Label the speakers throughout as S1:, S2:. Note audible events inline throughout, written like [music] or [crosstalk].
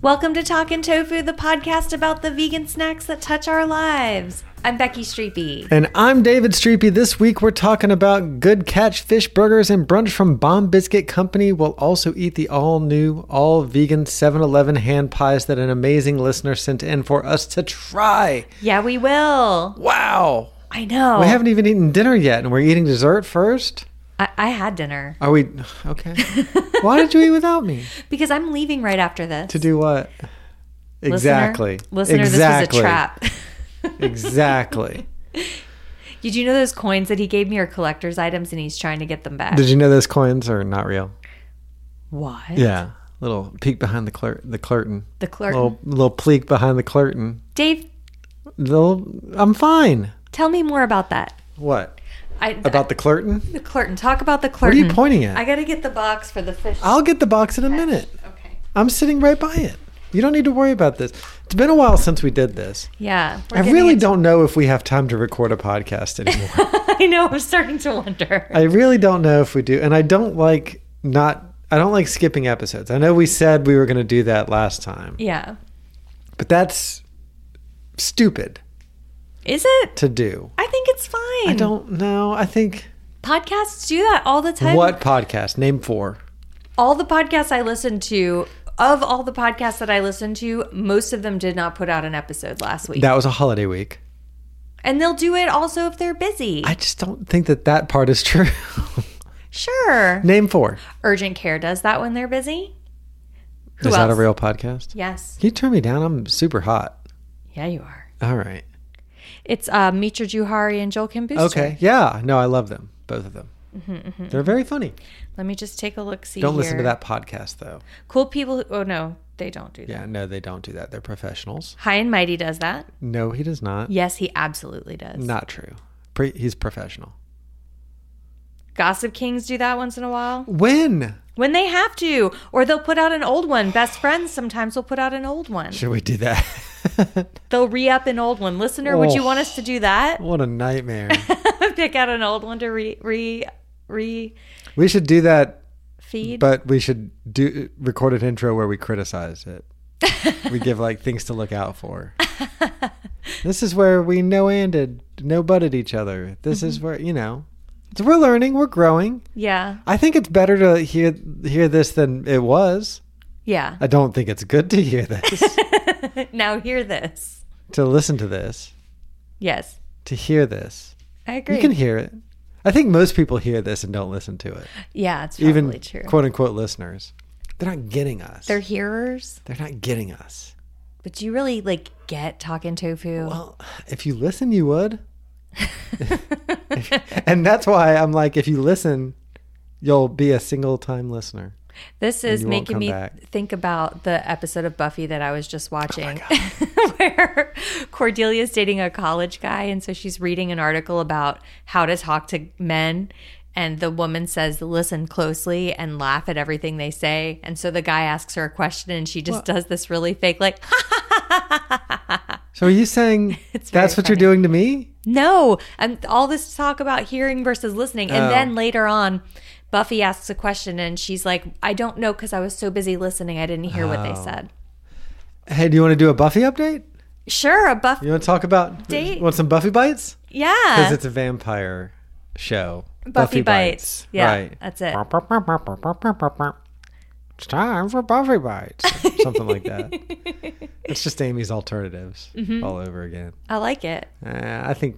S1: Welcome to Talkin' Tofu, the podcast about the vegan snacks that touch our lives. I'm Becky Streepy.
S2: And I'm David Streepy. This week we're talking about good catch fish burgers and brunch from Bomb Biscuit Company. We'll also eat the all new, all vegan 7 Eleven hand pies that an amazing listener sent in for us to try.
S1: Yeah, we will.
S2: Wow.
S1: I know.
S2: We haven't even eaten dinner yet and we're eating dessert first.
S1: I, I had dinner
S2: Are we
S1: [laughs]
S2: okay? Why did you eat without me?
S1: because I'm leaving right after this.
S2: To do what? Exactly.
S1: Listener, this was
S2: exactly.
S1: a trap. [laughs]
S2: exactly.
S1: Did you know those coins that he gave me are collector's items and he's trying to get them back?
S2: Did you know those coins are not real?
S1: What?
S2: Yeah. Little peek behind the cler- the curtain.
S1: The clerk.
S2: little little pleek behind the curtain.
S1: Dave,
S2: Little, I'm fine.
S1: tell me more about that.
S2: What
S1: I,
S2: about the curtain?
S1: the Clurton. Talk about the Clurton.
S2: What are you pointing at?
S1: I got to get the box for the fish.
S2: I'll get the box in a minute.
S1: okay.
S2: I'm sitting right by it. You don't need to worry about this. It's been a while since we did this.
S1: Yeah. we're
S2: I
S1: getting
S2: really
S1: it-
S2: don't know if we have time to record a podcast
S1: [laughs]
S2: anymore.
S1: I know. I'm starting to wonder.
S2: [laughs] I really don't know if we do, and I don't like not. I don't like skipping episodes. I know we said we were going to do that last time,
S1: yeah.
S2: but that's stupid
S1: Is it?
S2: to do.
S1: I think it's fine.
S2: I don't know. I think
S1: Podcasts do that all the time.
S2: what podcast name four?
S1: All the podcasts I listen to, of all the podcasts that I listen to, most of them did not put out an episode last week.
S2: That was a holiday week.
S1: and they'll do it also if they're busy.
S2: I just don't think that that part
S1: [laughs]
S2: is true.
S1: sure.
S2: Name four.
S1: Urgent Care does that when they're busy. Who
S2: is that a
S1: else?
S2: real podcast?
S1: Yes.
S2: Can you turn me down? I'm super hot.
S1: Yeah, you are.
S2: All right.
S1: It's uh, Mitra Juhari and Joel Kim Booster.
S2: Okay. Yeah. No, I love them. Both of them.
S1: Mm-hmm,
S2: They're very funny.
S1: Let me just take a look. See.
S2: Don't listen
S1: here.
S2: to that podcast though.
S1: Cool people. Who, oh no, they don't do that.
S2: Yeah. No, they don't do that. They're professionals.
S1: High and Mighty does that.
S2: No, he does not.
S1: Yes, he absolutely does.
S2: Not true. Pre- he's professional.
S1: Gossip Kings do that once in a while
S2: When
S1: when they have to, or they'll put out an old one. Best friends sometimes will put out an old one.
S2: should we do that? [laughs]
S1: They'll re up an old one. Listener, would you
S2: Oh.
S1: want us to do that? [laughs]
S2: what a nightmare.
S1: Pick out an old one to re re re
S2: we should do that
S1: feed.
S2: But we should do record an intro where we criticize it. we give like things to look out
S1: [laughs]
S2: for. this is where we no ended, no butted each other. This is
S1: Mm-hmm.
S2: where you know. So we're learning, we're growing.
S1: yeah,
S2: I think it's better to hear hear this than it was.
S1: yeah.
S2: I don't think it's good to hear
S1: [laughs]
S2: this,
S1: now hear this.
S2: to listen to this,
S1: Yes,
S2: to hear this.
S1: I agree.
S2: You can hear it. I think most people hear this and don't listen to it.
S1: yeah, it's probably
S2: Even
S1: true.
S2: quote unquote listeners. They're not getting us.
S1: They're hearers,
S2: They're not getting us.
S1: but do you really like get talking tofu?
S2: Well, if you listen, you would. [laughs] and that's why I'm like, if you listen, you'll be a single time listener.
S1: This is
S2: you won't
S1: making
S2: come
S1: me
S2: back. Oh
S1: think about the episode of Buffy that I was just watching [laughs] where Cordelia's dating a college guy and so she's reading an article about how to talk to men and the woman says listen closely and laugh at everything they say and so the guy asks her a question and she just does this really fake like
S2: So are
S1: [laughs]
S2: you saying that's
S1: very
S2: what you're doing to me?
S1: No, and all this talk about hearing versus listening, and
S2: Oh.
S1: then later on, Buffy asks a question, and she's like, "I don't
S2: Oh.
S1: know because I was so busy listening, I didn't hear what they said."
S2: Hey, do you want to do a Buffy update?
S1: Sure, a buff.
S2: You want to talk about?
S1: Date.
S2: Want some Buffy bites? Because
S1: Yeah.
S2: it's a vampire show.
S1: Buffy, bites. Yeah.
S2: Right.
S1: That's it.
S2: It's time for Buffy bites. Something like that.
S1: [laughs]
S2: It's just Amy's alternatives
S1: Mm-hmm.
S2: all over again.
S1: I like it.
S2: Uh, I think.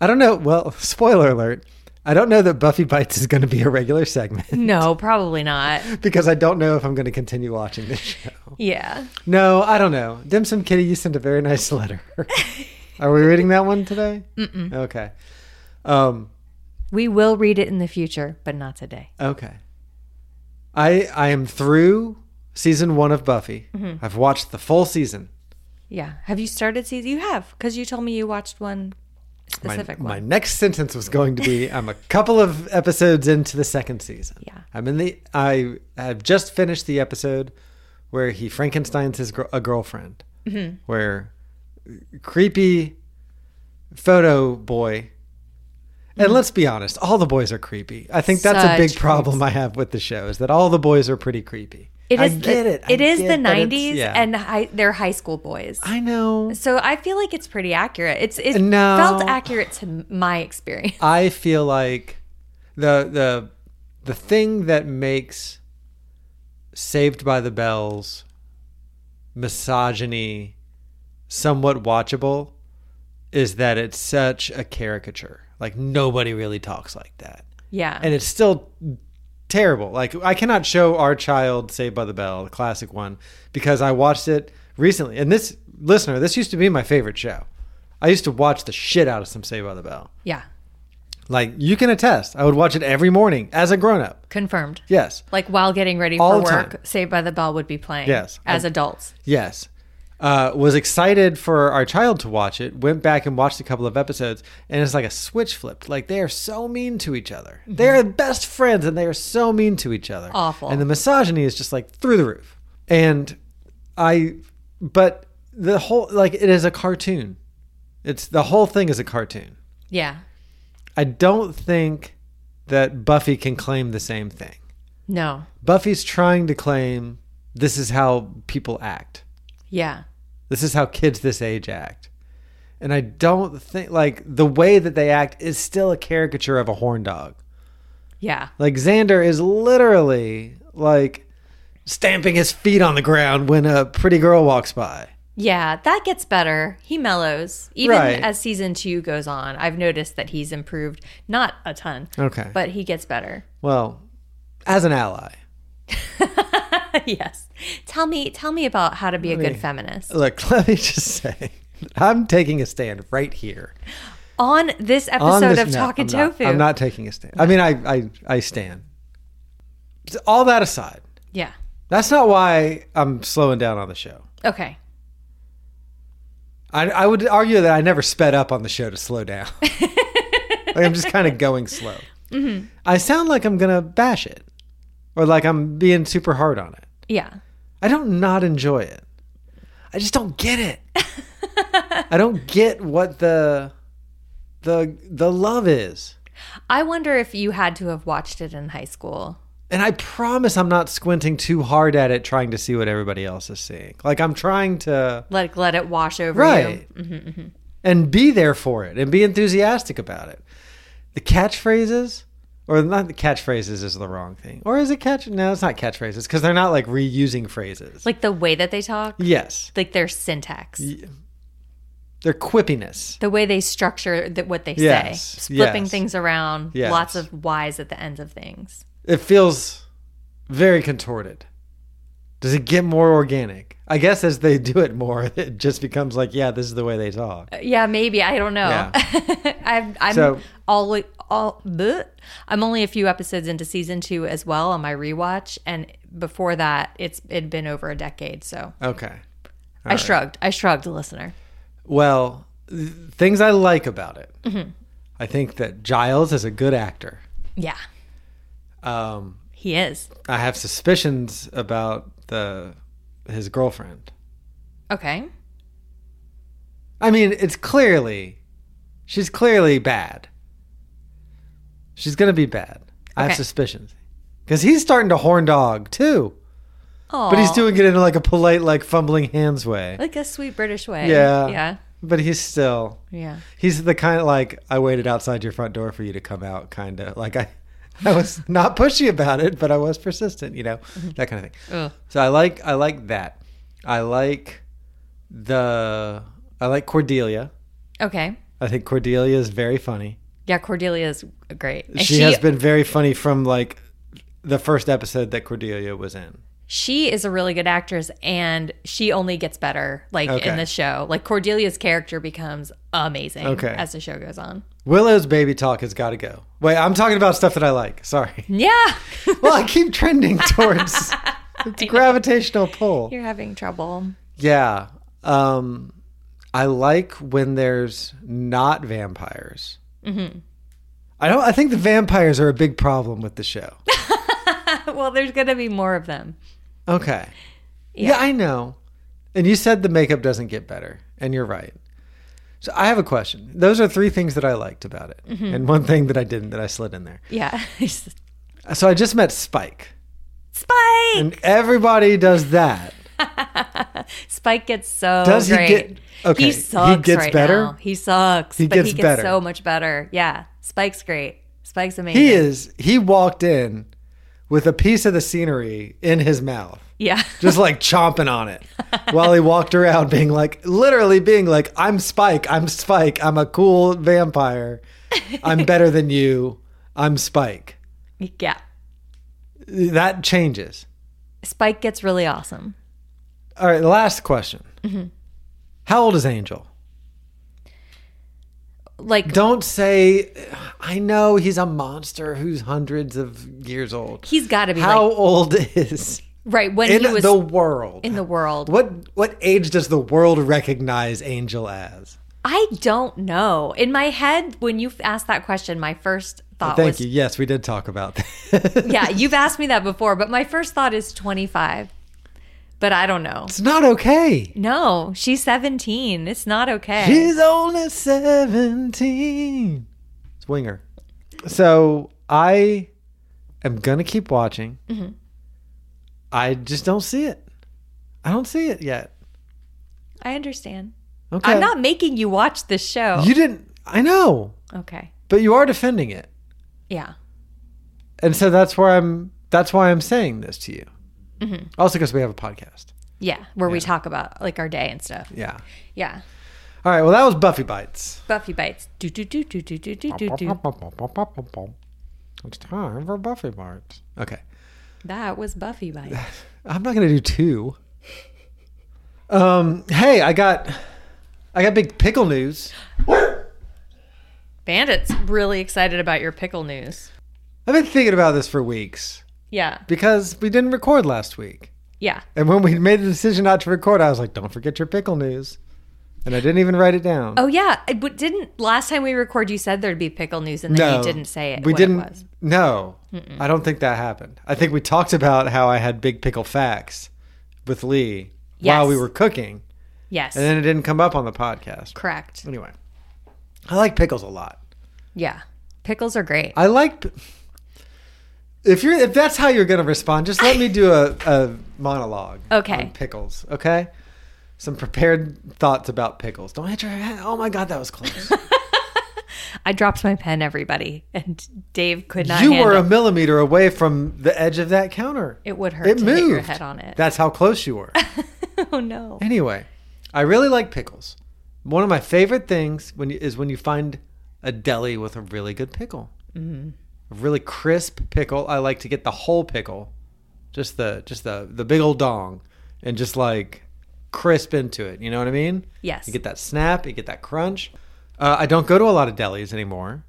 S2: I don't know. Well, [laughs] spoiler alert. I don't know that Buffy Bites is going to be a regular segment [laughs]
S1: No, probably not.
S2: because I don't know if I'm going to continue watching this show.
S1: Yeah.
S2: [laughs] No, I don't know. Dimsum Kitty, you sent a very nice letter. [laughs] Are we reading that one today? Mm-mm. Okay. Um,
S1: We will read it in the future, but not today.
S2: Okay. I I am through season one of Buffy. I've watched the full season.
S1: Yeah. Have you started season? You have, because you told me you watched one specific
S2: My
S1: one.
S2: next sentence was going to
S1: [laughs]
S2: be I'm a couple of episodes into the second season.
S1: Yeah.
S2: I'm in the I have just finished the episode where he Frankenstein's his gr- a girlfriend.
S1: Mm-hmm.
S2: Where creepy photo boy and let's be honest, all the boys are creepy. I think that's a
S1: Mm-hmm. Such
S2: big problem I have with the show is that all the boys are pretty creepy.
S1: It
S2: I
S1: is
S2: get
S1: the,
S2: it. I
S1: it is
S2: get
S1: the
S2: that it's-
S1: 90s,
S2: yeah.
S1: and high, they're high school boys.
S2: I know.
S1: So I feel like it's pretty accurate. It's it
S2: No.
S1: felt accurate to my experience. [laughs]
S2: I feel like the the the thing that makes Saved by the Bells misogyny somewhat watchable is that it's such a caricature. Like nobody really talks like that.
S1: Yeah.
S2: And it's still terrible. Like I cannot show our child Saved by the Bell, the classic one, because I watched it recently. And this listener, this used to be my favorite show. I used to watch the shit out of some Saved by the Bell.
S1: yeah.
S2: Like you can attest, I would watch it every morning as a grown up.
S1: Confirmed.
S2: Yes,
S1: Like while getting ready
S2: All
S1: for
S2: the
S1: work,
S2: time.
S1: Saved by the Bell would be playing.
S2: Yes.
S1: As adults.
S2: yes. Uh, was excited for our child to watch it. Went back and watched a couple of episodes, and it's like a switch flipped. Like they are so mean to each other. They are best friends, and they are so mean to each other.
S1: Awful.
S2: And the misogyny is just like through the roof. And I, but the whole like it is a cartoon. It's the whole thing is a cartoon.
S1: Yeah.
S2: I don't think that Buffy can claim the same thing.
S1: No.
S2: Buffy's trying to claim this is how people act.
S1: Yeah.
S2: This is how kids this age act. And I don't think like the way that they act is still a caricature of a horn dog.
S1: Yeah.
S2: Like Xander is literally like stamping his feet on the ground when a pretty girl walks by.
S1: Yeah. That gets better. He mellows. Even
S2: Right.
S1: as season two goes on, I've noticed that he's improved. Not a ton,
S2: Okay.
S1: but he gets better. [laughs]
S2: well, as an ally.
S1: yes. Tell me tell me about how to be a good feminist.
S2: Look, [laughs] let me just say I'm taking a stand right here.
S1: On this episode
S2: on this-
S1: of
S2: no,
S1: Talking
S2: I'm not-
S1: Tofu.
S2: I'm not taking a stand. I mean, I, I, I stand. All that aside,
S1: Yeah.
S2: that's not why I'm slowing down on the show.
S1: Okay.
S2: I, I would argue that I never sped up on the show to slow
S1: [laughs]
S2: down. like I'm just kind of going slow.
S1: Mm-hmm.
S2: I sound like I'm gonna bash it, or like I'm being super hard on it.
S1: Yeah.
S2: I don't not enjoy it. I just don't get it.
S1: [laughs]
S2: I don't get what the the the love is.
S1: I wonder if you had to have watched it in high school.
S2: And I promise I'm not squinting too hard at it trying to see what everybody else is seeing. Like I'm trying to
S1: Like let it wash over you.
S2: right
S1: Mm-hmm,
S2: and be there for it and be enthusiastic about it. The catchphrases or not the catchphrases is the wrong thing. Or is it catch No, it's not catchphrases cuz they're not like reusing phrases.
S1: Like the way that they talk,
S2: yes,
S1: like their syntax,
S2: they're quippiness.
S1: the way they structure th- what they
S2: Yes,
S1: say, flipping
S2: yes.
S1: things around,
S2: Yes.
S1: lots of whys at the ends of things.
S2: It feels very contorted. Does it get more organic? I guess as they do it more, [laughs] it just becomes like, yeah, this is the way they talk.
S1: Uh, Yeah, maybe I don't know.
S2: Yeah.
S1: I've, [laughs] I'm
S2: So-
S1: all all. bleh. I'm only a few episodes into season two as well on my rewatch, and before that, it's it'd been over a decade. So
S2: Okay.
S1: I shrugged. I shrugged, listener.
S2: Well, th- things I like about it.
S1: Mm-hmm.
S2: I think that Giles is a good actor.
S1: Yeah,
S2: Um,
S1: he is
S2: I have suspicions about the his girlfriend.
S1: okay.
S2: I mean, it's clearly she's clearly bad. She's gonna be bad. I have
S1: Okay.
S2: suspicions because he's starting to horn dog too. But he's doing it in like a polite, like fumbling hands way.
S1: like a sweet British way.
S2: Yeah.
S1: Yeah.
S2: But he's still
S1: Yeah.
S2: He's the kind of like I waited outside your front door for you to come out, kind of like I, [laughs] I was not pushy about it, but I was persistent, you know, that kind of thing.
S1: Mm-hmm. Ugh.
S2: So I like I like that. I like the I like Cordelia.
S1: Okay.
S2: I think Cordelia is very funny.
S1: Yeah, Cordelia is great. And
S2: She, has been very funny from like the first episode that Cordelia was in.
S1: she is a really good actress and she only gets better like
S2: Okay.
S1: in the show. Like Cordelia's character becomes amazing
S2: Okay.
S1: as the show goes on.
S2: Willow's baby talk has got to go. Wait, I'm talking about stuff that I
S1: [laughs]
S2: like. Sorry.
S1: Yeah.
S2: Well, I keep
S1: [laughs]
S2: trending towards it's a gravitational pull.
S1: You're having trouble.
S2: Yeah. Um I like when there's not vampires. I don't I think the vampires are a big problem with the show.
S1: well, there's going to be more of them.
S2: Okay. Yeah. I know. And you said the makeup doesn't get better, and you're right. So I have a question. Those are three things that I liked about it, and one thing that I didn't that I slid in there.
S1: [laughs] Yeah.
S2: So I just met Spike,
S1: Spike.
S2: and everybody does that.
S1: Spike gets so
S2: Does he
S1: great.
S2: get- okay,
S1: He
S2: he
S1: sucks
S2: gets
S1: right
S2: better?
S1: now. He sucks.
S2: He
S1: but
S2: gets
S1: he gets
S2: better.
S1: so much better. Yeah. Spike's great. Spike's amazing.
S2: He is. He walked in with a piece of the scenery in his mouth.
S1: Yeah. [laughs]
S2: just like chomping on it while he walked around being like literally being like i'm spike i'm spike i'm a cool vampire i'm better than you i'm spike
S1: yeah.
S2: that changes
S1: Spike gets really awesome.
S2: all right last question
S1: Mm-hmm.
S2: how old is angel
S1: Like
S2: don't say i know he's a monster who's hundreds of years old
S1: he's got to be
S2: how
S1: like
S2: old is
S1: right when
S2: in
S1: he was
S2: the world
S1: [laughs] in the world.
S2: what what age does the world recognize angel as
S1: I don't know. In my head, when you asked that question, my first thought
S2: thank
S1: was
S2: you yes we did talk about that
S1: [laughs]
S2: [laughs]
S1: yeah. You've asked me that before, but my first thought is twenty five. But I don't know.
S2: It's not okay.
S1: No, she's seventeen. It's not okay.
S2: He's only 17. It's Winger. So I am going to keep watching.
S1: Mm-hmm.
S2: I just don't see it. I don't see it yet.
S1: I understand.
S2: Okay.
S1: I'm not making you watch this show.
S2: You didn't. I know,
S1: okay.
S2: but you are defending it.
S1: Yeah.
S2: And so that's where I'm. That's why I'm saying this to you.
S1: Mm-hmm.
S2: Also, because we have a podcast.
S1: Yeah. Where we talk about like our day and stuff.
S2: Yeah.
S1: Yeah.
S2: All right. Well, that was Buffy Bites.
S1: Buffy bites. Do do do do do do do do do.
S2: It's time for Buffy Bites. Okay.
S1: That was Buffy bites.
S2: [laughs] I'm not gonna do two. Um, hey, I got, I got big pickle news.
S1: Bandit's really excited about your pickle news.
S2: I've been thinking about this for weeks
S1: Yeah.
S2: because we didn't record last week,
S1: Yeah.
S2: and when we made the decision not to record, I was like, "Don't forget your pickle news," and I didn't even write it down.
S1: Oh yeah, I- but didn't last time we record you said there'd be pickle news and then you didn't say it.
S2: We
S1: what
S2: didn't.
S1: It was.
S2: No, I don't think that happened. I think we talked about how I had big pickle facts with Lee while
S1: Yes.
S2: we were cooking,
S1: Yes,
S2: and then it didn't come up on the podcast.
S1: correct.
S2: Anyway, I like pickles a lot.
S1: Yeah, pickles are great.
S2: I like. If you're if that's how you're gonna respond, just let me do a, a monologue.
S1: Okay.
S2: on pickles. Okay. Some prepared thoughts about pickles. Don't hit your head. Oh my god, that
S1: [laughs]
S2: was close.
S1: I dropped my pen, everybody, and Dave could not.
S2: you
S1: handle
S2: were a millimeter away from the edge of that counter.
S1: It would hurt
S2: It
S1: to
S2: moved.
S1: hit your head on it.
S2: That's how close you were.
S1: [laughs] oh no.
S2: anyway, I really like pickles. One of my favorite things when you, is when you find a deli with a really good pickle, a really crisp pickle. I like to get the whole pickle, just the just the the big old dong, and just like crisp into it. You know what I mean?
S1: Yes.
S2: You get that snap. You get that crunch. Uh, I don't go to a lot of delis anymore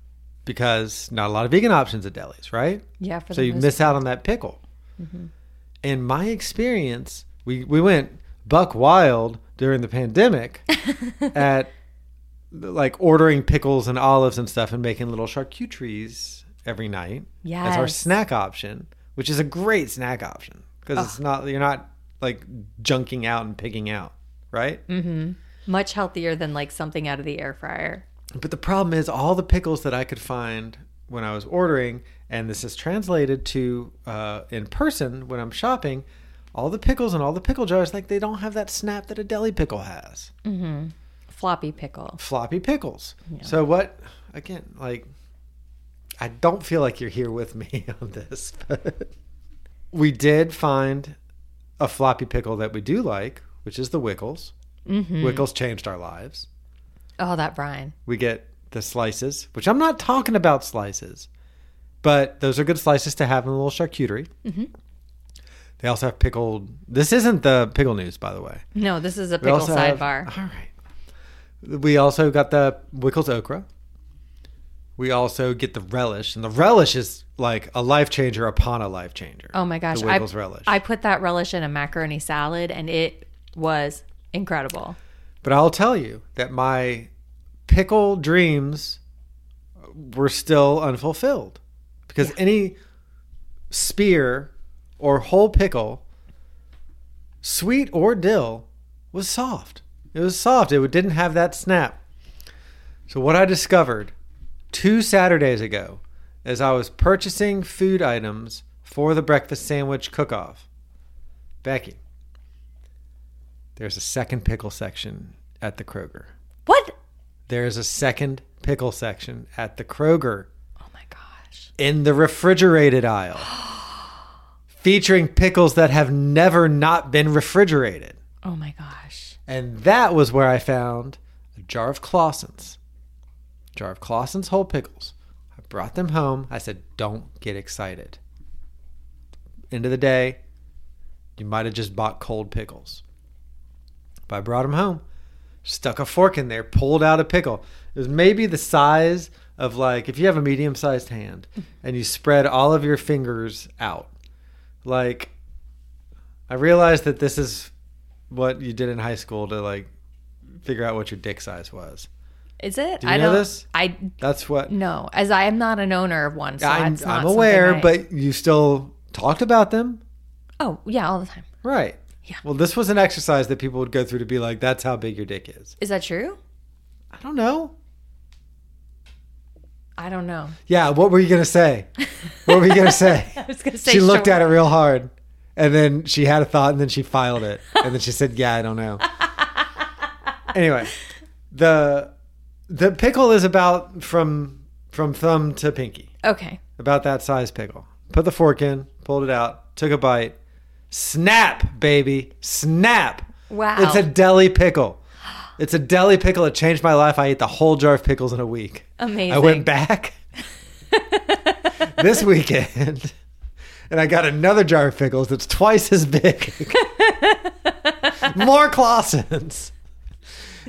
S2: because not a lot of vegan options at delis, right?
S1: Yeah, for
S2: so
S1: the
S2: you
S1: most- Mm-hmm.
S2: miss out on that pickle. In my experience, we we went buck wild during
S1: [laughs]
S2: the pandemic at like ordering pickles and olives and stuff and making little charcuteries every night as our
S1: Yes.
S2: snack option, which is a great snack option because it's not you're not like junking out and picking out, right?
S1: Much healthier than like something out of the air fryer.
S2: But the problem is all the pickles that I could find when I was ordering, and this is translated to uh, in person when I'm shopping, all the pickles and all the pickle jars like they don't have that snap that a deli pickle has.
S1: Floppy pickle.
S2: Floppy pickles. So what? Again, like I don't feel like you're here with me [laughs] on this. But we did find a floppy pickle that we do like, which is the Wickles. Wickles changed our lives.
S1: Oh, that brine.
S2: We get the slices, which I'm not talking about slices, but those are good slices to have in a little charcuterie. Mm-hmm. They also have pickled. This isn't the pickle news, by the way.
S1: No, this is a
S2: We
S1: pickle
S2: also have-
S1: sidebar.
S2: all right. We also got the Wickles okra. We also get the relish, and the relish is like a life changer upon a life changer.
S1: Oh my gosh.
S2: the
S1: I,
S2: Wickles relish.
S1: I put that relish in a macaroni salad and it was incredible.
S2: But I'll tell you that my pickle dreams were still unfulfilled because any spear or whole pickle, sweet or dill, was soft. It was soft. It didn't have that snap. So, what I discovered two Saturdays ago as I was purchasing food items for the breakfast sandwich cook off, Becky, there's a second pickle section at the Kroger.
S1: What?
S2: There is a second pickle section at the Kroger
S1: Oh my gosh.
S2: in the refrigerated aisle, [gasps] featuring pickles that have never not been refrigerated.
S1: Oh my gosh.
S2: And that was where I found a jar of Clausen's, jar of Clausen's whole pickles. I brought them home. I said, don't get excited. End of the day, you might have just bought cold pickles. But I brought them home, stuck a fork in there, pulled out a pickle. It was maybe the size of like if you have a medium sized hand and you spread all of your fingers out. Like, I realized that this is what you did in high school to like figure out what your dick size was.
S1: Is it?
S2: Do you
S1: I
S2: know
S1: don't
S2: this?
S1: I
S2: That's what
S1: no, as I am not an owner of one, Mm, so
S2: I'm,
S1: it's not
S2: I'm
S1: something
S2: aware,
S1: I-
S2: but you still talked about them,
S1: oh yeah, all the time.
S2: right?
S1: Yeah.
S2: Well, this was an exercise that people would go through to be like, "That's how big your dick is."
S1: Is that true?
S2: I don't know.
S1: I don't know. [laughs]
S2: Yeah. What were you gonna say? What were you gonna say?
S1: I was gonna say
S2: she looked at it real hard, and then she had a thought, and then she filed it, and then she said, "Yeah, I
S1: [laughs]
S2: don't know." anyway, the the pickle is about from from thumb to pinky.
S1: Okay.
S2: about that size pickle. Put the fork in, pulled it out, took a bite. Snap, baby. Snap.
S1: Wow.
S2: It's a deli pickle. It's a deli pickle. It changed my life. I ate the whole jar of pickles in a week. I
S1: Amazing.
S2: went back this weekend and I got another jar of pickles that's twice as big. More Clausens.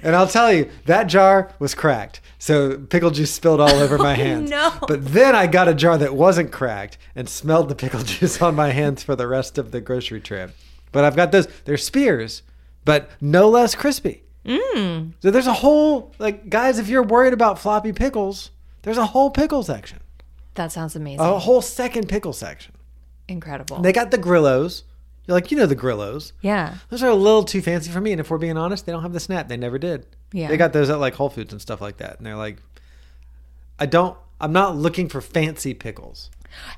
S2: And I'll tell you, that jar was cracked. So pickle juice spilled all over my hands.
S1: no.
S2: But then I got a jar that wasn't cracked and smelled the pickle [laughs] juice on my hands for the rest of the grocery trip. But I've got those. They're spears, but no less crispy. Mm. So there's a whole, like, guys, if you're worried about floppy pickles, there's a whole pickle section,
S1: That sounds amazing.
S2: a whole second pickle section.
S1: Incredible.
S2: They got the Grillos. You're like, you know the Grillos.
S1: yeah.
S2: Those are a little too fancy for me. And if we're being honest, they don't have the snap. They never did.
S1: Yeah.
S2: They got those at like Whole Foods and stuff like that. And they're like, I don't, I'm not looking for fancy pickles.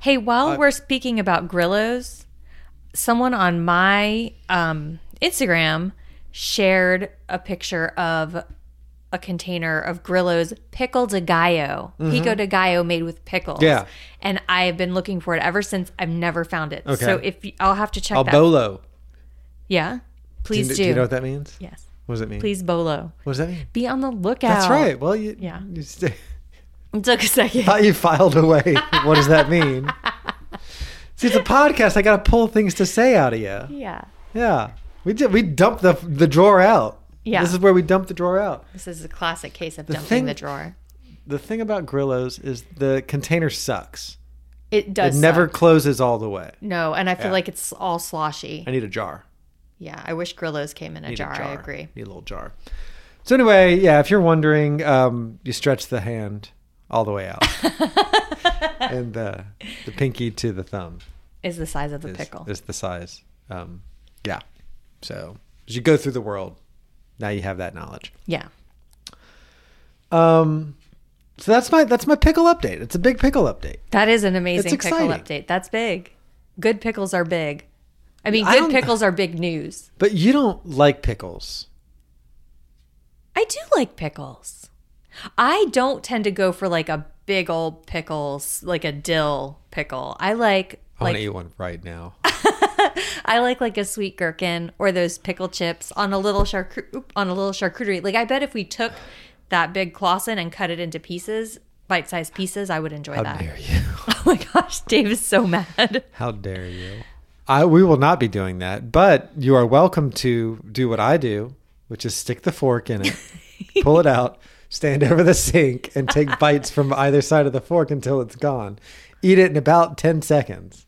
S1: Hey, while
S2: Uh,
S1: we're speaking about Grillos, someone on my um, Instagram shared a picture of a container of Grillos pickle de gallo, pico de gallo made with pickles.
S2: Mm-hmm. Yeah.
S1: and I've been looking for it ever since. I've never found it.
S2: Okay.
S1: So if you, I'll have to check
S2: Al
S1: that.
S2: bolo.
S1: yeah, please
S2: do,
S1: do.
S2: you know what that means?
S1: yes,
S2: What does it mean?
S1: please bolo.
S2: What does that mean?
S1: Be on the lookout.
S2: That's right. Well, you,
S1: Yeah.
S2: you st- [laughs]
S1: It [laughs] took a second.
S2: thought you filed away. [laughs] what does
S1: [laughs]
S2: that mean? See, it's a podcast. I got to pull things to say out of you.
S1: Yeah,
S2: Yeah. We did. We dumped the the drawer out.
S1: Yeah.
S2: This is where we dumped the drawer out.
S1: this is a classic case of dumping
S2: thing-
S1: the drawer.
S2: The thing about Grillos is the container sucks.
S1: It does
S2: it never
S1: suck.
S2: closes all the way.
S1: No, and I feel like it's all sloshy.
S2: I need a jar.
S1: Yeah, I wish Grillos came in a
S2: Need a
S1: jar, I agree.
S2: Need a little jar. So anyway, yeah, if you're wondering, um, you stretch the hand all the
S1: [laughs]
S2: way out, and the the pinky to the thumb
S1: Is the size of the
S2: is,
S1: pickle.
S2: is the size. Um, yeah. So as you go through the world, now you have that knowledge.
S1: yeah.
S2: Um, so that's my that's my pickle update. It's a big pickle update.
S1: That is an amazing
S2: It's
S1: pickle
S2: exciting.
S1: update. That's big. Good pickles are big. I mean,
S2: I
S1: good
S2: don't-
S1: pickles are big news.
S2: But you don't like pickles.
S1: I do like pickles. I don't tend to go for like a big old pickles, like a dill pickle. I like
S2: I want
S1: like
S2: to eat one right now.
S1: [laughs] I like like a sweet gherkin or those pickle chips on a little charcu- oop, on a little charcuterie. Like I bet if we took that big Clausen and cut it into pieces, bite-sized pieces, I would enjoy
S2: How
S1: that.
S2: dare you?
S1: [laughs] Oh my gosh, Dave is so mad.
S2: How dare you? I, we will not be doing that, but you are welcome to do what I do, which is stick the fork in [laughs] it, pull it out, stand over the sink, and [laughs] take bites from either side of the fork until it's gone. Eat it in about 10 seconds.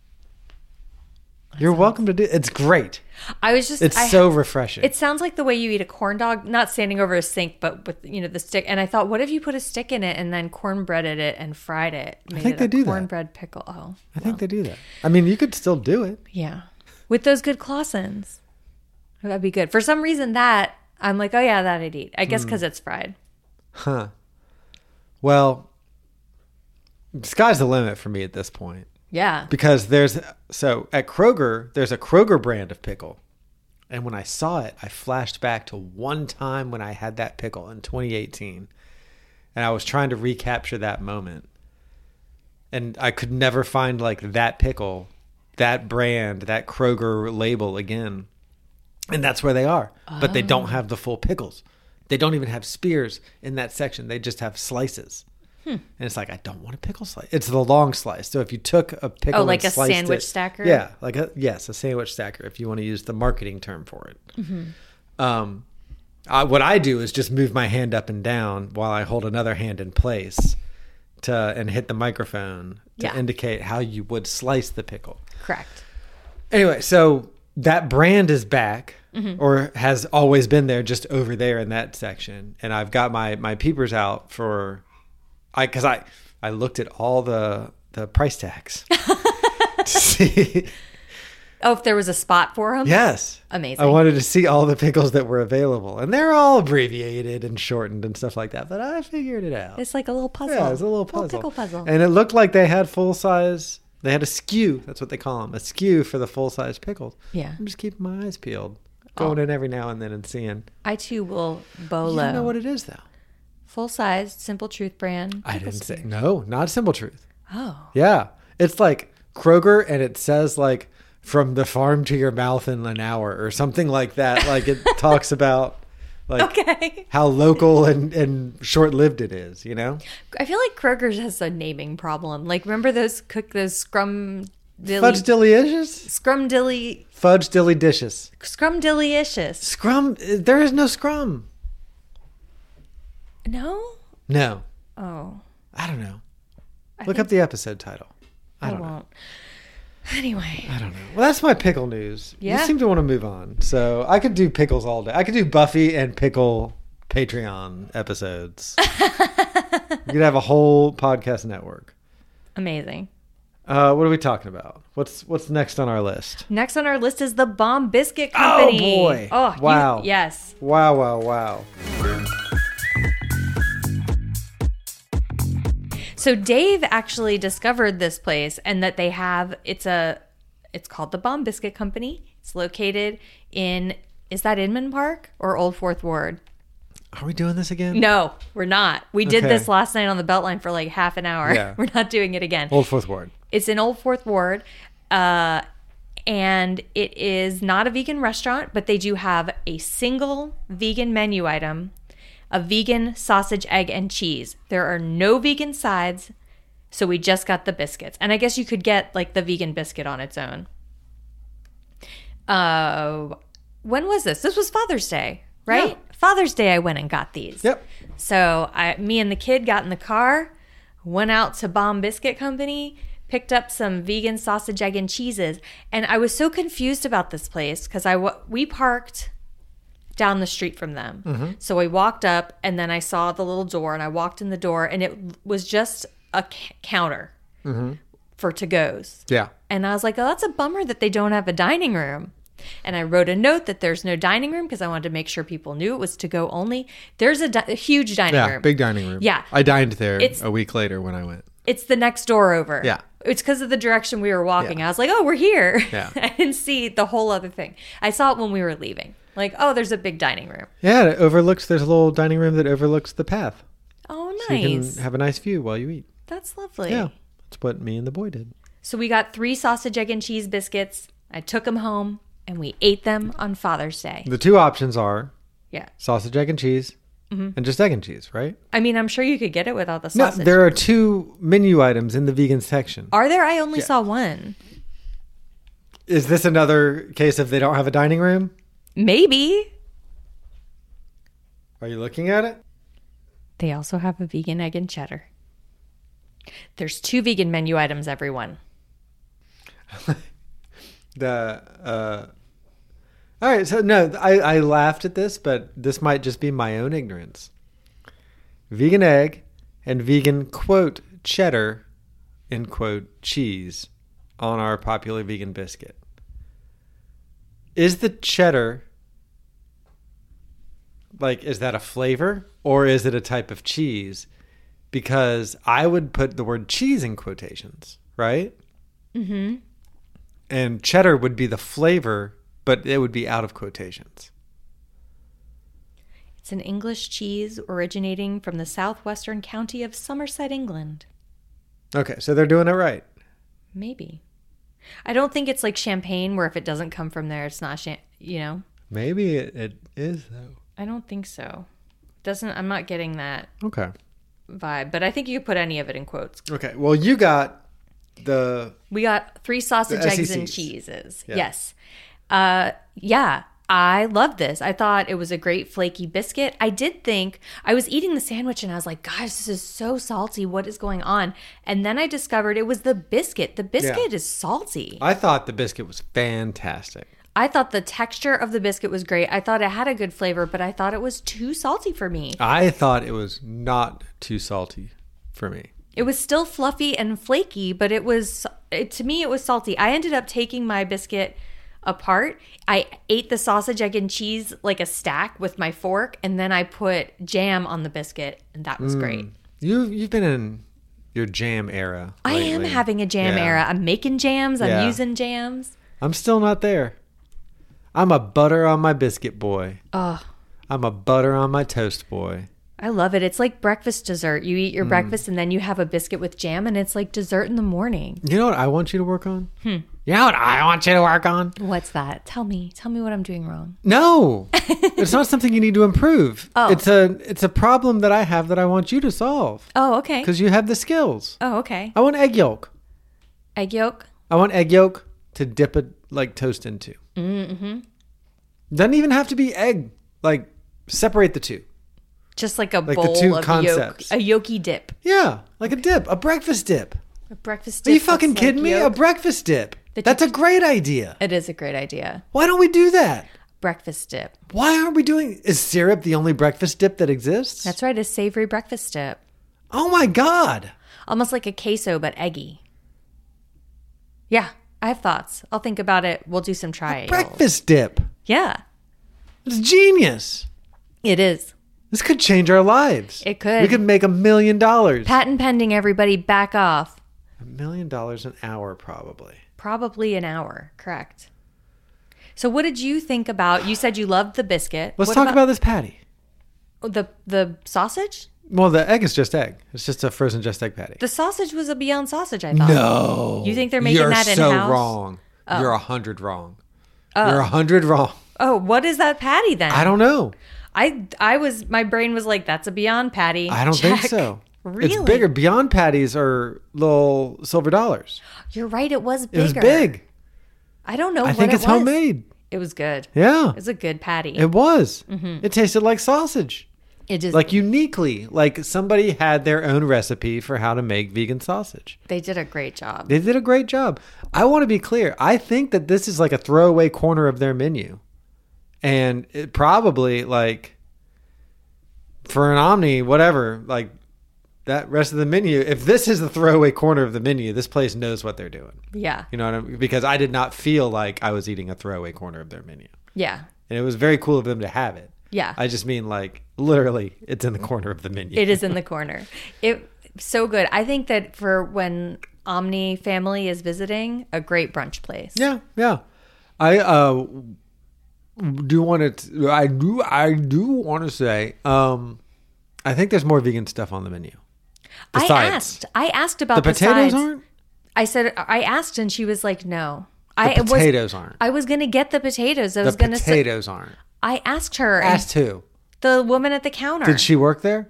S2: You're welcome to do It's great.
S1: I was just
S2: It's
S1: I-
S2: so refreshing.
S1: It sounds like the way you eat a corn dog, not standing over a sink, but with you know the stick. And I thought, what if you put a stick in it and then cornbreaded it and fried it? Made
S2: think
S1: it
S2: they
S1: a
S2: do that.
S1: cornbread pickle. Oh,
S2: I think they do that. I mean, you could still do it.
S1: yeah, with those good Clausens, that'd be good. For some reason, that I'm like, oh yeah, that I'd eat. I
S2: Hmm.
S1: guess because it's fried.
S2: Well, sky's the limit for me at this point.
S1: Yeah,
S2: because there's so at Kroger there's a Kroger brand of pickle, and when I saw it, I flashed back to one time when I had that pickle in 2018, and I was trying to recapture that moment, and I could never find like that pickle, that brand, that Kroger label again, and that's where they are, but they
S1: Oh.
S2: don't have the full pickles. They don't even have spears in that section. They just have slices.
S1: Hmm.
S2: And it's like I don't want a pickle slice. It's the long slice. So if you took a pickle,
S1: Oh, like
S2: and
S1: a
S2: sliced
S1: sandwich
S2: it-
S1: stacker?
S2: Yeah, like a yes, a sandwich stacker. If you want to use the marketing term for it. Um, I, what I do is just move my hand up and down while I hold another hand in place to and hit the microphone to
S1: Yeah.
S2: indicate how you would slice the pickle.
S1: correct.
S2: Anyway, so that brand is back or has always been there just over there in that section. And I've got my my peepers out for I cuz I I looked at all the the price tags. to see.
S1: Oh, if there was a spot for them,
S2: Yes.
S1: Amazing.
S2: I wanted to see all the pickles that were available. And they're all abbreviated and shortened and stuff like that, but I figured it out.
S1: it's like a little puzzle.
S2: Yeah, it's a little puzzle.
S1: pickle puzzle.
S2: And it looked like they had full size. They had a skew. That's what they call them. A skew for the full size pickles.
S1: Yeah. Oh.
S2: I'm just keeping my eyes peeled, going in every now and then and seeing.
S1: I too will
S2: You
S1: bolo
S2: don't know what it is though.
S1: full size simple truth brand.
S2: I
S1: pickle
S2: didn't say
S1: stick.
S2: no. Not simple truth.
S1: Oh, [laughs]
S2: Yeah, it's like Kroger, and it says like from the farm to your mouth in an hour or something like that.
S1: [laughs]
S2: Like it talks about like
S1: okay.
S2: how local and and short lived it is. You know.
S1: I feel like Kroger's has a naming problem. Like, remember those cook those scrum
S2: Fudge
S1: dilly
S2: delicious,
S1: scrum dilly
S2: fudge dilly dishes.
S1: scrum dillylicious?
S2: Scrum, there is no scrum.
S1: No.
S2: No,
S1: Oh,
S2: I don't know. Look up the episode title.
S1: I, won't. Anyway,
S2: I don't know. Well, that's my pickle news.
S1: Yeah.
S2: You seem to want to move on, so I could do pickles all day. I could do Buffy and pickle Patreon [laughs] episodes. you could have a whole podcast network.
S1: amazing.
S2: Uh, what are we talking about? What's what's next on our list?
S1: Next on our list is the Bomb Biscuit Company.
S2: boy.
S1: Oh you-
S2: Wow.
S1: yes.
S2: Wow! Wow! Wow!
S1: So Dave actually discovered this place and that they have it's a it's called the Bomb Biscuit Company. It's located in is that Inman Park or Old Fourth Ward?
S2: Are we doing this again?
S1: No, we're not. We did
S2: Okay.
S1: this last night on the Beltline for like half an hour.
S2: Yeah.
S1: [laughs] We're not doing it again.
S2: Old Fourth Ward.
S1: It's in Old Fourth Ward, uh, and it is not a vegan restaurant, but they do have a single vegan menu item a vegan sausage, egg, and cheese. There are no vegan sides, so we just got the biscuits. And I guess you could get like the vegan biscuit on its own. Uh, when was this? This was Father's Day, right? Father's Day, I went and got these.
S2: Yep.
S1: So I, me and the kid got in the car, went out to Bomb Biscuit Company, picked up some vegan sausage, egg, and cheeses. And I was so confused about this place because I wa- we parked down the street from them. So I walked up, and then I saw the little door, and I walked in the door, and it was just a c- counter for to goes.
S2: Yeah.
S1: And I was like, oh, that's a bummer that they don't have a dining room. And I wrote a note that there's no dining room because I wanted to make sure people knew it was to go only. There's a, di- a huge dining room.
S2: dining room.
S1: Yeah.
S2: I dined there
S1: It's-
S2: a week later when I went.
S1: it's the next door over.
S2: Yeah.
S1: It's because of the direction we were walking.
S2: Yeah.
S1: I was like, oh, we're here.
S2: Yeah.
S1: [laughs] I didn't see the whole other thing. I saw it when we were leaving. Like, oh, there's a big dining room.
S2: Yeah, it overlooks. There's a little dining room that overlooks the path.
S1: Oh,
S2: So you
S1: nice.
S2: can have a nice view while you eat.
S1: That's lovely.
S2: Yeah, that's what me and the boy did.
S1: So we got three sausage, egg, and cheese biscuits. I took them home and we ate them on Father's Day.
S2: The two options are
S1: Yeah.
S2: sausage, egg, and cheese,
S1: Mm-hmm.
S2: and just egg and cheese, right?
S1: I mean, I'm sure you could get it without the
S2: No,
S1: sausage.
S2: there are two menu items in the vegan section.
S1: Are there? I only saw one.
S2: Is this another case of they don't have a dining room?
S1: Maybe.
S2: Are you looking at it?
S1: They also have a vegan egg and cheddar. There's two vegan menu items, everyone.
S2: The uh, all right. So no, I, I laughed at this, but this might just be my own ignorance. Vegan egg and vegan quote cheddar end quote cheese on our popular vegan biscuit. Is the cheddar like is that a flavor or is it a type of cheese? Because I would put the word cheese in quotations, right? and cheddar would be the flavor, but it would be out of quotations.
S1: It's an English cheese originating from the southwestern county of Somerset, England.
S2: Okay, so they're doing it right.
S1: Maybe. I don't think it's like champagne, where if it doesn't come from there, it's not, cham- you know?
S2: Maybe it, it is though.
S1: I don't think so. Doesn't, I'm not getting that
S2: Okay.
S1: vibe, but I think you could put any of it in quotes.
S2: Okay. Well, you got the
S1: We got three sausage,
S2: The
S1: eggs, and
S2: SECs.
S1: cheeses.
S2: Yeah.
S1: Yes. Uh, yeah. I loved this. I thought it was a great flaky biscuit. I did think I was eating the sandwich and I was like, gosh, this is so salty. What is going on? And then I discovered it was the biscuit. The biscuit is salty.
S2: I thought the biscuit was fantastic.
S1: I thought the texture of the biscuit was great. I thought it had a good flavor, but I thought it was too salty for me.
S2: I thought it was not too salty for me.
S1: It was still fluffy and flaky, but it was it, to me it was salty. I ended up taking my biscuit apart. I ate the sausage, egg, and cheese like a stack with my fork, and then I put jam on the biscuit, and that
S2: Hmm,
S1: was great.
S2: You you've been in your jam era.
S1: I am
S2: lately.
S1: having a jam
S2: Yeah.
S1: era. I'm making jams. I'm
S2: Yeah.
S1: using jams.
S2: I'm still not there. I'm a butter on my biscuit boy.
S1: Oh,
S2: I'm a butter on my toast boy.
S1: I love it. It's like breakfast dessert. You eat your
S2: Hmm.
S1: breakfast, and then you have a biscuit with jam, and it's like dessert in the
S2: [laughs]
S1: morning.
S2: You know what I want you to work on? Hmm. You know what I want you to work on?
S1: What's that? Tell me. Tell me what I'm doing wrong.
S2: No, it's not something you need to
S1: [laughs]
S2: improve.
S1: Oh.
S2: It's a it's a problem that I have that I want you to solve
S1: Oh, okay.
S2: because you have the skills.
S1: Oh, okay.
S2: I want egg yolk.
S1: Egg yolk.
S2: I want egg yolk to dip it like toast into. Mm-hmm. Doesn't even have to be egg. Like separate the two.
S1: Just like a
S2: Like the
S1: bowl
S2: two
S1: of
S2: concepts.
S1: yolk, a yolky dip,
S2: Yeah, like a dip, a breakfast dip.
S1: a breakfast.
S2: Are
S1: dip
S2: you
S1: that's
S2: fucking
S1: like
S2: kidding me? A
S1: yolk.
S2: breakfast dip.
S1: That you
S2: That's a great idea.
S1: it is a great idea.
S2: Why don't we do that?
S1: Breakfast dip.
S2: Why aren't we doing? Is syrup the only breakfast dip that exists?
S1: That's right, a savory breakfast dip,
S2: oh my god.
S1: almost like a queso but eggy. Yeah, I have thoughts. I'll think about it. We'll do some trials.
S2: Breakfast dip.
S1: Yeah,
S2: It's genius.
S1: it is.
S2: This could change our lives.
S1: It could.
S2: We could make a million dollars.
S1: Patent pending. Everybody, back off.
S2: A million dollars an hour, probably.
S1: Probably an hour. Correct. So, what did you think about? You said you loved the biscuit.
S2: Let's
S1: What
S2: talk about this patty.
S1: about the the sausage.
S2: Well, the egg is just egg. It's just a frozen just egg patty.
S1: The sausage was a Beyond sausage. I thought.
S2: No.
S1: You think they're making
S2: You're
S1: that Oh. in
S2: so
S1: house?
S2: wrong. You're a hundred wrong. You're a hundred wrong.
S1: Oh, what is that patty then?
S2: I don't know.
S1: I I was my brain was like, that's a Beyond patty.
S2: I don't
S1: Check.
S2: think so.
S1: Really?
S2: It's bigger. Beyond patties are little silver dollars.
S1: [laughs] You're right. It was
S2: It
S1: bigger.
S2: was big.
S1: I don't know.
S2: I
S1: what
S2: think
S1: it
S2: it's
S1: was.
S2: homemade.
S1: It was good.
S2: Yeah.
S1: It was a good patty.
S2: It was.
S1: Mm-hmm.
S2: It tasted like sausage.
S1: it just
S2: like uniquely like somebody had their own recipe for how to make vegan sausage
S1: they did a great job.
S2: they did a great job i want to be clear i think that this is like a throwaway corner of their menu and it probably like for an omni whatever like that rest of the menu if this is the throwaway corner of the menu this place knows what they're doing
S1: yeah.
S2: you know what i mean because i did not feel like i was eating a throwaway corner of their menu
S1: Yeah.
S2: and it was very cool of them to have it
S1: Yeah.
S2: i just mean like literally it's in the corner of the menu
S1: it is in the corner. [laughs] It so good. I think that for when Omni family is visiting, a great brunch place.
S2: Yeah, yeah. I uh, do want to. I do. I do want to say. Um, I think there's more vegan stuff on the menu.
S1: I
S2: Besides-
S1: asked. uh, I asked about
S2: The potatoes
S1: sides.
S2: aren't.
S1: I said I asked, and she was like, "No." I
S2: The
S1: was-
S2: potatoes aren't.
S1: I was gonna get the potatoes. I
S2: The
S1: was gonna. Say,
S2: potatoes aren't.
S1: I asked her. and
S2: Asked who?
S1: the woman at the counter.
S2: Did she work there,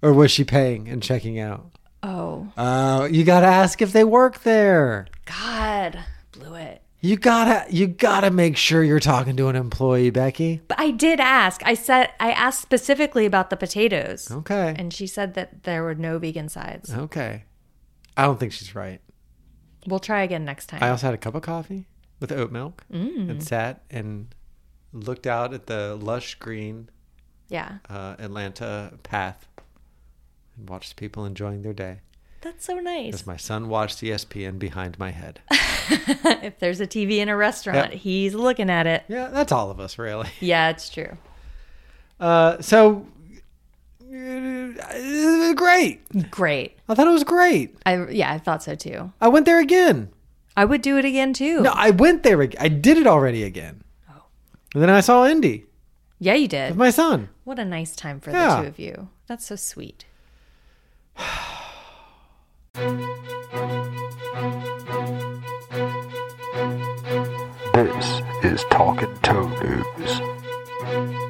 S2: or was she paying and checking out?
S1: Oh
S2: Oh, you gotta ask if they work there.
S1: God, blew it.
S2: You gotta. You gotta make sure you're talking to an employee, Becky.
S1: But I did ask. I said I asked specifically about the potatoes,
S2: Okay.
S1: and she said that there were no vegan sides.
S2: okay. I don't think she's right.
S1: We'll try again next time.
S2: I also had a cup of coffee with oat milk and sat and looked out at the lush green
S1: yeah,
S2: uh, Atlanta path and watched people enjoying their day
S1: that's so nice.
S2: as my son watched E ESPN behind my head.
S1: if there's a TV in a restaurant,
S2: Yeah.
S1: he's looking at it.
S2: yeah, that's all of us, really.
S1: Yeah, it's true.
S2: Uh, so uh, great.
S1: Great.
S2: I thought it was great.
S1: I yeah, I thought so too.
S2: I went there again.
S1: I would do it again too.
S2: No, I went there. ag- I did it already again. And then I saw Indy
S1: Yeah, you did.
S2: with my son.
S1: What a nice time for
S2: Yeah.
S1: the two of you. That's so sweet.
S3: This is Talking Toe News.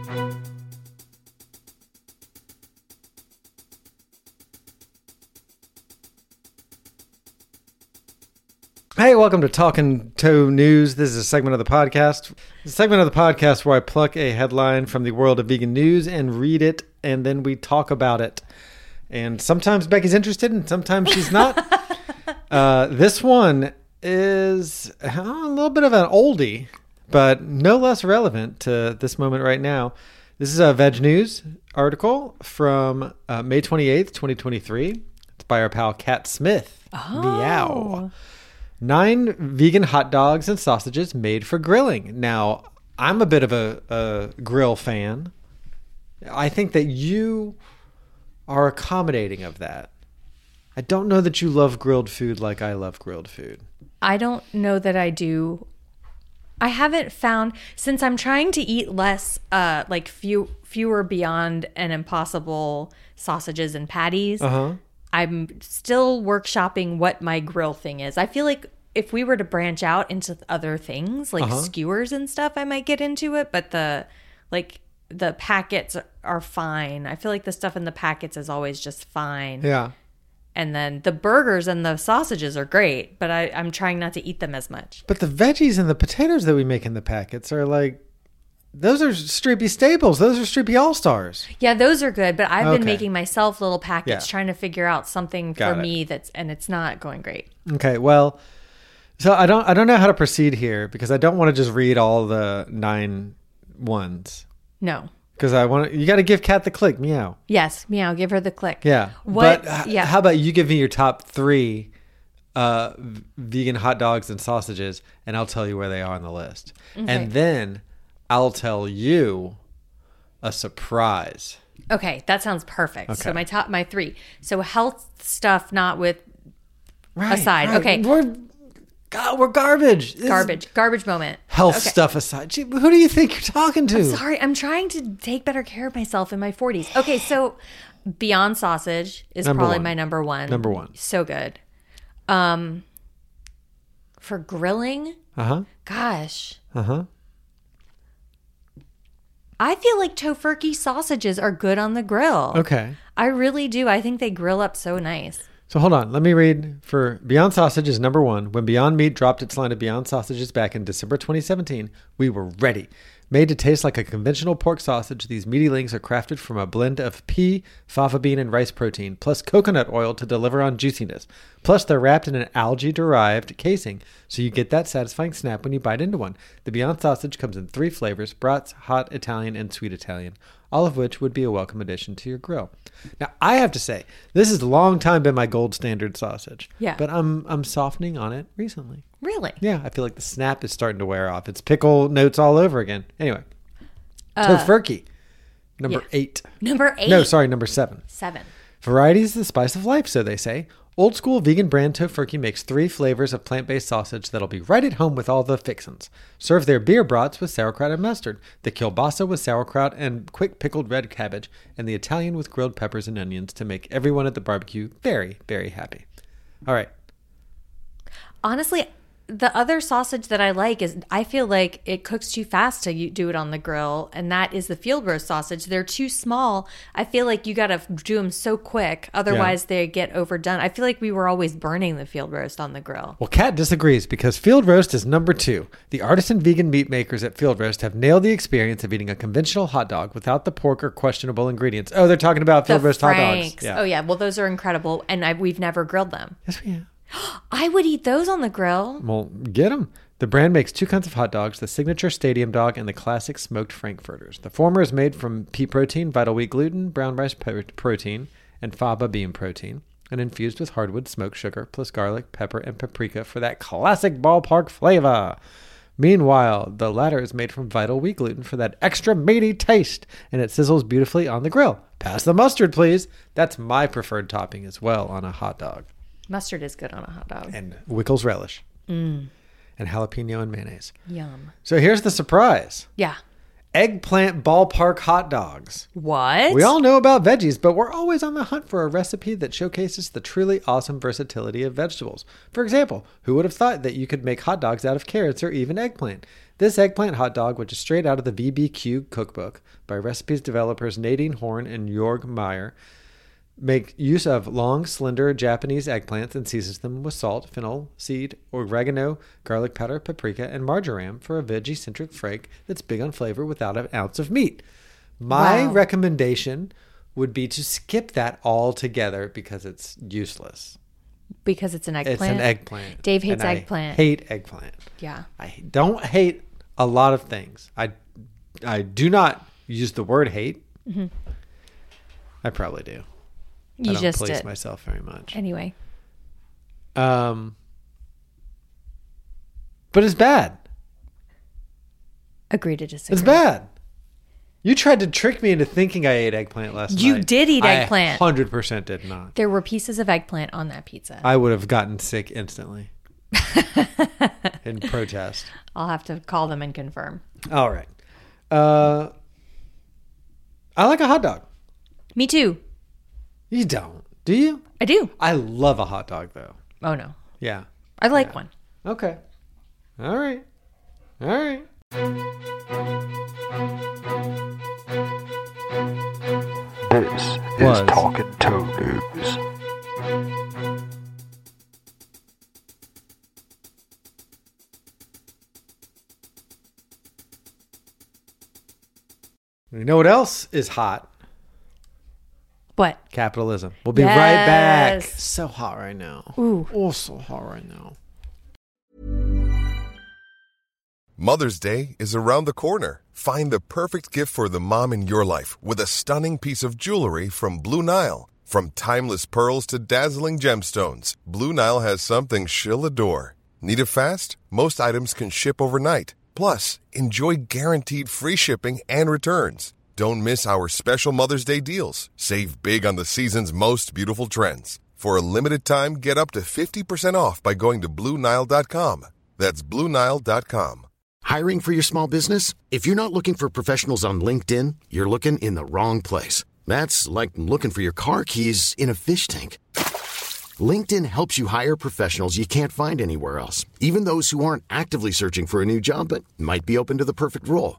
S2: Hey, welcome to Talking Toe News. This is a segment of the podcast. The segment of the podcast where I pluck a headline from the world of vegan news and read it, and then we talk about it. And sometimes Becky's interested, and sometimes she's not. uh, this one is uh, a little bit of an oldie, but no less relevant to this moment right now. This is a Veg News article from uh, May 28th, 2023. It's by our pal Kat Smith. Meow. Nine vegan hot dogs and sausages made for grilling. Now, I'm a bit of a, a grill fan. I think that you are accommodating of that. I don't know that you love grilled food like I love grilled food.
S1: I don't know that I do. I haven't found since I'm trying to eat less, uh, like few fewer Beyond and Impossible sausages and patties. I'm still workshopping what my grill thing is. I feel like if we were to branch out into other things like skewers and stuff, I might get into it. But the like the packets are fine. I feel like the stuff in the packets is always just fine.
S2: Yeah.
S1: And then the burgers and the sausages are great, but I, I'm trying not to eat them as much.
S2: But the veggies and the potatoes that we make in the packets are like, those are Streepy staples. Those are Streepy All Stars.
S1: Yeah, those are good, but I've
S2: Okay.
S1: been making myself little packets
S2: Yeah.
S1: trying to figure out something
S2: Got
S1: for
S2: it.
S1: me that's, and it's not going great.
S2: Okay, well, so I don't I don't know how to proceed here because I don't want to just read all the nine ones
S1: No.
S2: because I want to, you got to give cat the click meow.
S1: Yes, meow, give her the click.
S2: Yeah.
S1: What?
S2: But h-
S1: yeah.
S2: How about you give me your top three uh, v- vegan hot dogs and sausages, and I'll tell you where they are on the list, and then I'll tell you a surprise.
S1: okay, that sounds perfect. So
S2: Okay.
S1: my top, my three. So health stuff, not with
S2: Right.
S1: Aside, okay.
S2: We're God, we're garbage. This is
S1: garbage, garbage moment.
S2: Health
S1: Okay.
S2: stuff aside, Gee, who do you think you're talking to?
S1: Sorry, I'm trying to take better care of myself in my 40s. Okay, so Beyond Sausage is
S2: Number
S1: probably
S2: one.
S1: my number one.
S2: Number one.
S1: So good. Um, for grilling,
S2: Uh huh.
S1: gosh,
S2: Uh huh.
S1: I feel like tofurkey sausages are good on the grill.
S2: Okay.
S1: I really do. I think they grill up so nice.
S2: So hold on, let me read for Beyond Sausage is number one. When Beyond Meat dropped its line of Beyond Sausages back in December 2017, we were ready. Made to taste like a conventional pork sausage, these meaty links are crafted from a blend of pea, fava bean, and rice protein, plus coconut oil to deliver on juiciness. Plus, they're wrapped in an algae derived casing, so you get that satisfying snap when you bite into one. The Beyond Sausage comes in three flavors brats, hot Italian, and sweet Italian all of which would be a welcome addition to your grill. Now, I have to say, this has long time been my gold standard sausage.
S1: Yeah.
S2: But I'm I'm softening on it recently.
S1: Really?
S2: Yeah, I feel like the snap is starting to wear off. It's pickle notes all over again. Anyway. Tofurkey, number
S1: Uh, yeah.
S2: eight.
S1: Number eight.
S2: No, sorry, number seven.
S1: Seven.
S2: Variety is the spice of life, so they say. Old school vegan brand Tofurky makes three flavors of plant based sausage that'll be right at home with all the fixins. Serve their beer brats with sauerkraut and mustard, the kielbasa with sauerkraut and quick pickled red cabbage, and the Italian with grilled peppers and onions to make everyone at the barbecue very, very happy. All right.
S1: Honestly, the other sausage that I like is I feel like it cooks too fast to you- do it on the grill, and that is the field roast sausage. They're too small. I feel like you got to do them so quick, otherwise they get overdone. I feel like we were always burning the field roast on the grill.
S2: Well, Kat disagrees because Field Roast is number two. The artisan vegan meat makers at Field Roast have nailed the experience of eating a conventional hot dog without the pork or questionable ingredients. Oh, they're talking about Field
S1: the
S2: Roast hot dogs.
S1: Franks. Oh yeah, well those are incredible, and I, we've never grilled them.
S2: Yes, we have.
S1: I would eat those on the grill.
S2: Well, get them. The brand makes two kinds of hot dogs the signature stadium dog and the classic smoked frankfurters. The former is made from pea protein, vital wheat gluten, brown rice po- protein, and faba bean protein, and infused with hardwood smoked sugar plus garlic, pepper, and paprika for that classic ballpark flavor. Meanwhile, the latter is made from vital wheat gluten for that extra meaty taste, and it sizzles beautifully on the grill. Pass the mustard, please. That's my preferred topping as well on a hot dog
S1: Mustard is good on a hot dog.
S2: and Wickles relish and jalapeno and mayonnaise.
S1: Yum.
S2: So here's the surprise
S1: Yeah.
S2: eggplant ballpark hot dogs.
S1: What?
S2: We all know about veggies, but we're always on the hunt for a recipe that showcases the truly awesome versatility of vegetables. For example, who would have thought that you could make hot dogs out of carrots or even eggplant? This eggplant hot dog, which is straight out of the VBQ cookbook by recipes developers Nadine Horn and Jorg Meyer, make use of long, slender Japanese eggplants and seasons them with salt, fennel seed, oregano, garlic powder, paprika, and marjoram for a veggie-centric frank that's big on flavor without an ounce of meat. My
S1: Wow.
S2: recommendation would be to skip that altogether because it's useless.
S1: because it's an eggplant.
S2: It's an eggplant.
S1: Dave hates
S2: and I
S1: eggplant.
S2: hate eggplant.
S1: Yeah.
S2: I don't hate a lot of things. I I do not use the word hate. I probably do. I
S1: Mm-hmm. You
S2: don't
S1: just
S2: police
S1: did.
S2: myself very much.
S1: Anyway.
S2: Um, but it's bad.
S1: Agree to disagree.
S2: It's bad. You tried to trick me into thinking I ate eggplant last
S1: You
S2: night.
S1: did eat eggplant.
S2: Hundred percent did not.
S1: There were pieces of eggplant on that pizza.
S2: I would have gotten sick instantly. In protest.
S1: I'll have to call them and confirm.
S2: All right. Uh, I like a hot dog.
S1: Me too.
S2: You don't, do you?
S1: I do.
S2: I love a hot dog though.
S1: Oh no.
S2: Yeah.
S1: I like one.
S2: Okay. All right. All right.
S3: This
S2: Was.
S3: is Talking Toe News.
S2: You know what else is hot?
S1: What?
S2: Capitalism. We'll be right back.
S1: Yes.
S2: So hot right now.
S1: Ooh.
S2: Oh, so hot right now.
S4: Mother's Day is around the corner. Find the perfect gift for the mom in your life with a stunning piece of jewelry from Blue Nile. From timeless pearls to dazzling gemstones, Blue Nile has something she'll adore. Need it fast? Most items can ship overnight. Plus, enjoy guaranteed free shipping and returns. Don't miss our special Mother's Day deals. Save big on the season's most beautiful trends. For a limited time, get up to 50% off by going to Blue Nile.com. That's Blue Nile.com.
S5: Hiring for your small business? If you're not looking for professionals on LinkedIn, you're looking in the wrong place. That's like looking for your car keys in a fish tank. LinkedIn helps you hire professionals you can't find anywhere else, even those who aren't actively searching for a new job but might be open to the perfect role.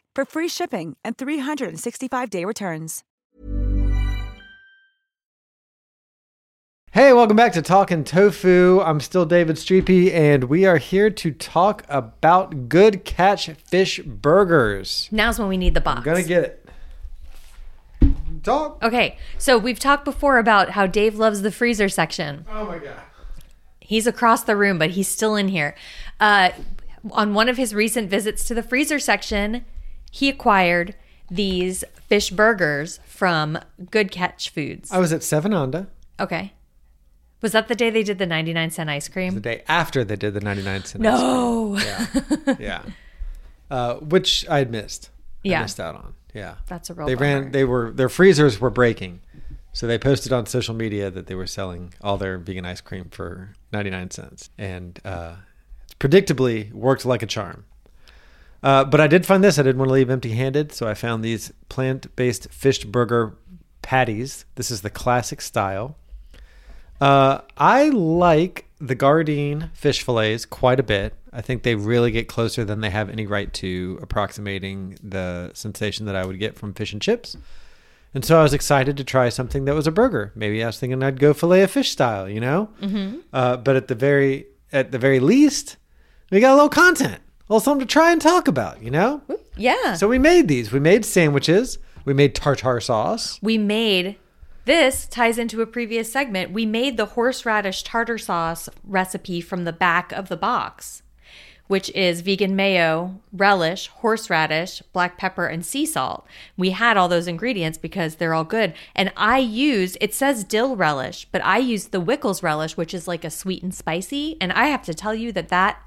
S6: for free shipping and 365-day returns.
S2: Hey, welcome back to Talking Tofu. I'm still David Streepy, and we are here to talk about good catch fish burgers.
S1: Now's when we need the box.
S2: I'm gonna get it. Talk.
S1: Okay, so we've talked before about how Dave loves the freezer section.
S2: Oh my god.
S1: He's across the room, but he's still in here. Uh, on one of his recent visits to the freezer section, he acquired these fish burgers from Good Catch Foods.
S2: I was at Seven Onda
S1: Okay. Was that the day they did the 99 cent ice [gasps]
S2: the
S1: cream? Oh.
S2: day after they did the 99 cent.
S1: No.
S2: Yeah. Uh, which I had missed. I
S1: Yeah.
S2: missed out on. Yeah.
S1: That's a real
S2: They
S1: bummer.
S2: ran. They were their freezers were breaking, so they posted on social media that they were selling all their vegan ice cream for 99 cents, and uh, it's predictably worked like a charm. Uh, but I did find this. I didn't want to leave empty-handed, so I found these plant-based fish burger patties. This is the classic style. Uh, I like the Gardein fish fillets quite a bit. I think they really get closer than they have any right to approximating the sensation that I would get from fish and chips. And so I was excited to try something that was a burger. Maybe I was thinking I'd go fillet of fish style, you know. Mm-hmm. Uh, but at the very at the very least, we got a little content, a little something to try and talk about, you know.
S1: Yeah.
S2: So we made these. We made sandwiches. We made tartar sauce.
S1: we made this ties into a previous segment. We made the horseradish tartar sauce recipe from the back of the box, which is vegan mayo, relish, horseradish, black pepper, and sea salt. We had all those ingredients because they're all good. And I used, it says dill relish, but I used the Wickles relish, which is like a sweet and spicy. And I have to tell you that that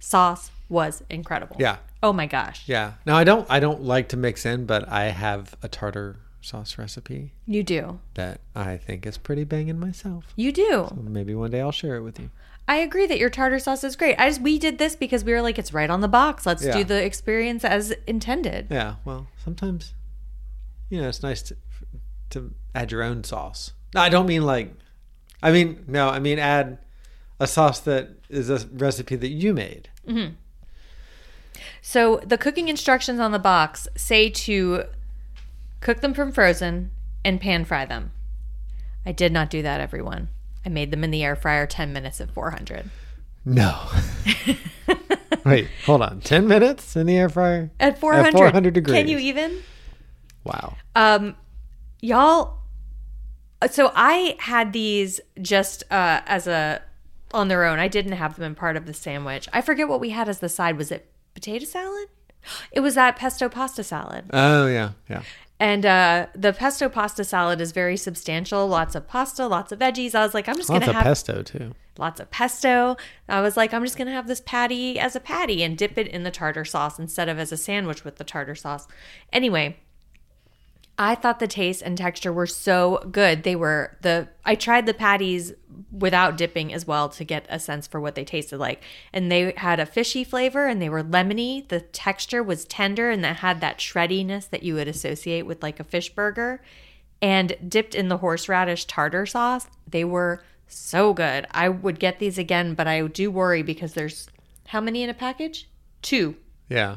S1: sauce was incredible.
S2: Yeah.
S1: Oh my gosh.
S2: Yeah. Now I don't I don't like to mix in, but I have a tartar sauce recipe
S1: You do.
S2: that I think is pretty banging myself.
S1: You do.
S2: Maybe one day I'll share it with you.
S1: I agree that your tartar sauce is great. I just we did this because we were like, it's right on the box. Let's
S2: Yeah.
S1: do the experience as intended.
S2: Yeah. Well, sometimes you know, it's nice to to add your own sauce. No, I don't mean like I mean no, I mean add a sauce that is a recipe that you made.
S1: So the cooking instructions on the box say to cook them from frozen and pan fry them. I did not do that, everyone. I made them in the air fryer 10 minutes at 400.
S2: [laughs] No. Wait, hold on. 10 minutes in the air fryer?
S1: At 400,
S2: 400 degrees.
S1: Can you even? [laughs]
S2: Wow.
S1: Um, y'all. uh, So I had these just uh, as a on their own. I didn't have them in part of the sandwich. I forget what we had as the side. Was it potato salad? It was that pesto pasta salad.
S2: Oh, yeah. Yeah.
S1: And uh, the pesto pasta salad is very substantial. Lots of pasta, lots of veggies. I was like, I'm just
S2: Lots
S1: gonna
S2: of
S1: have
S2: pesto, too.
S1: lots of pesto. I was like, I'm just gonna have this patty as a patty and dip it in the tartar sauce instead of as a sandwich with the tartar sauce. Anyway, I thought the taste and texture were so good. They were the I tried the patties without dipping as well to get a sense for what they tasted like. And they had a fishy flavor and they were lemony. The texture was tender and that had that shreddiness that you would associate with like a fish burger. And dipped in the horseradish tartar sauce, they were so good. I would get these again, but I do worry because there's how many in a package? Two.
S2: Yeah.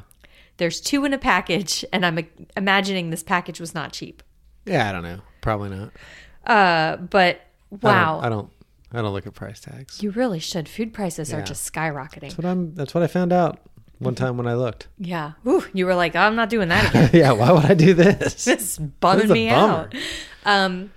S1: There's two in a package, [laughs] and I'm imagining this package was not cheap.
S2: Yeah, I don't know. Probably not.
S1: Uh, but wow,
S2: I don't, I don't. I don't look at price tags.
S1: you really should. Food prices
S2: Yeah.
S1: are just skyrocketing.
S2: that's what I'm. That's what I found out
S1: [laughs]
S2: one time when I looked. [laughs]
S1: Yeah, Ooh, you were like, I'm not doing that again.
S2: yeah. Why would I do
S1: [laughs]
S2: this?
S1: It's bumming
S2: a
S1: me
S2: bummer.
S1: out. Um,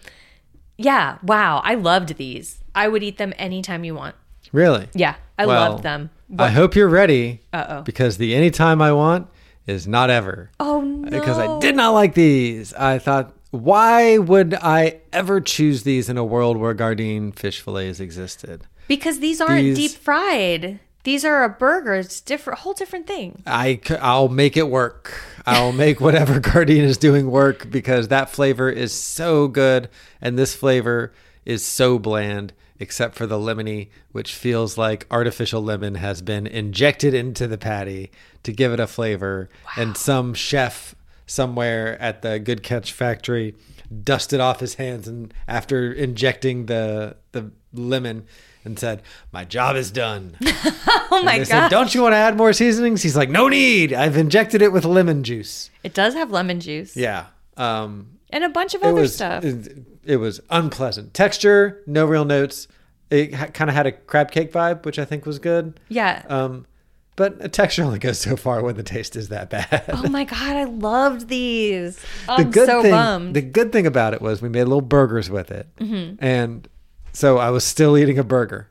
S1: yeah, wow, I loved these. I would eat them anytime you want.
S2: Really?
S1: Yeah, I
S2: Well,
S1: loved them.
S2: I hope you're ready. Uh oh. Because the anytime I want is not ever.
S1: Oh no,
S2: Because I did not like these. I thought, why would I ever choose these in a world where Gardein fish fillets existed?
S1: because these aren't
S2: These-
S1: deep fried. These are a burger. It's different, whole different thing.
S2: I c- I'll make it work. I'll make whatever [laughs] Gardein is doing work because that flavor is so good and this flavor is so bland except for the lemony which feels like artificial lemon has been injected into the patty to give it a flavor and some chef somewhere at the good catch factory dusted off his hands and after injecting the the lemon and said my job is done [laughs]
S1: Oh my
S2: they said,
S1: god!
S2: "Don't you want to add more seasonings?" He's like, "No need. I've injected it with lemon juice."
S1: It does have lemon juice
S2: Yeah, um,
S1: and a bunch of
S2: it
S1: other
S2: was
S1: stuff.
S2: It, it was unpleasant texture, no real notes. It ha- kind of had a crab cake vibe, which I think was good.
S1: yeah.
S2: Um, but a texture only goes so far when the taste is that bad.
S1: [laughs] oh my god! I loved these.
S2: [laughs] the
S1: I'm
S2: good
S1: so
S2: thing,
S1: bummed. Mm-hmm.
S2: the good thing about it was we made little burgers with it, and so I was still eating a burger,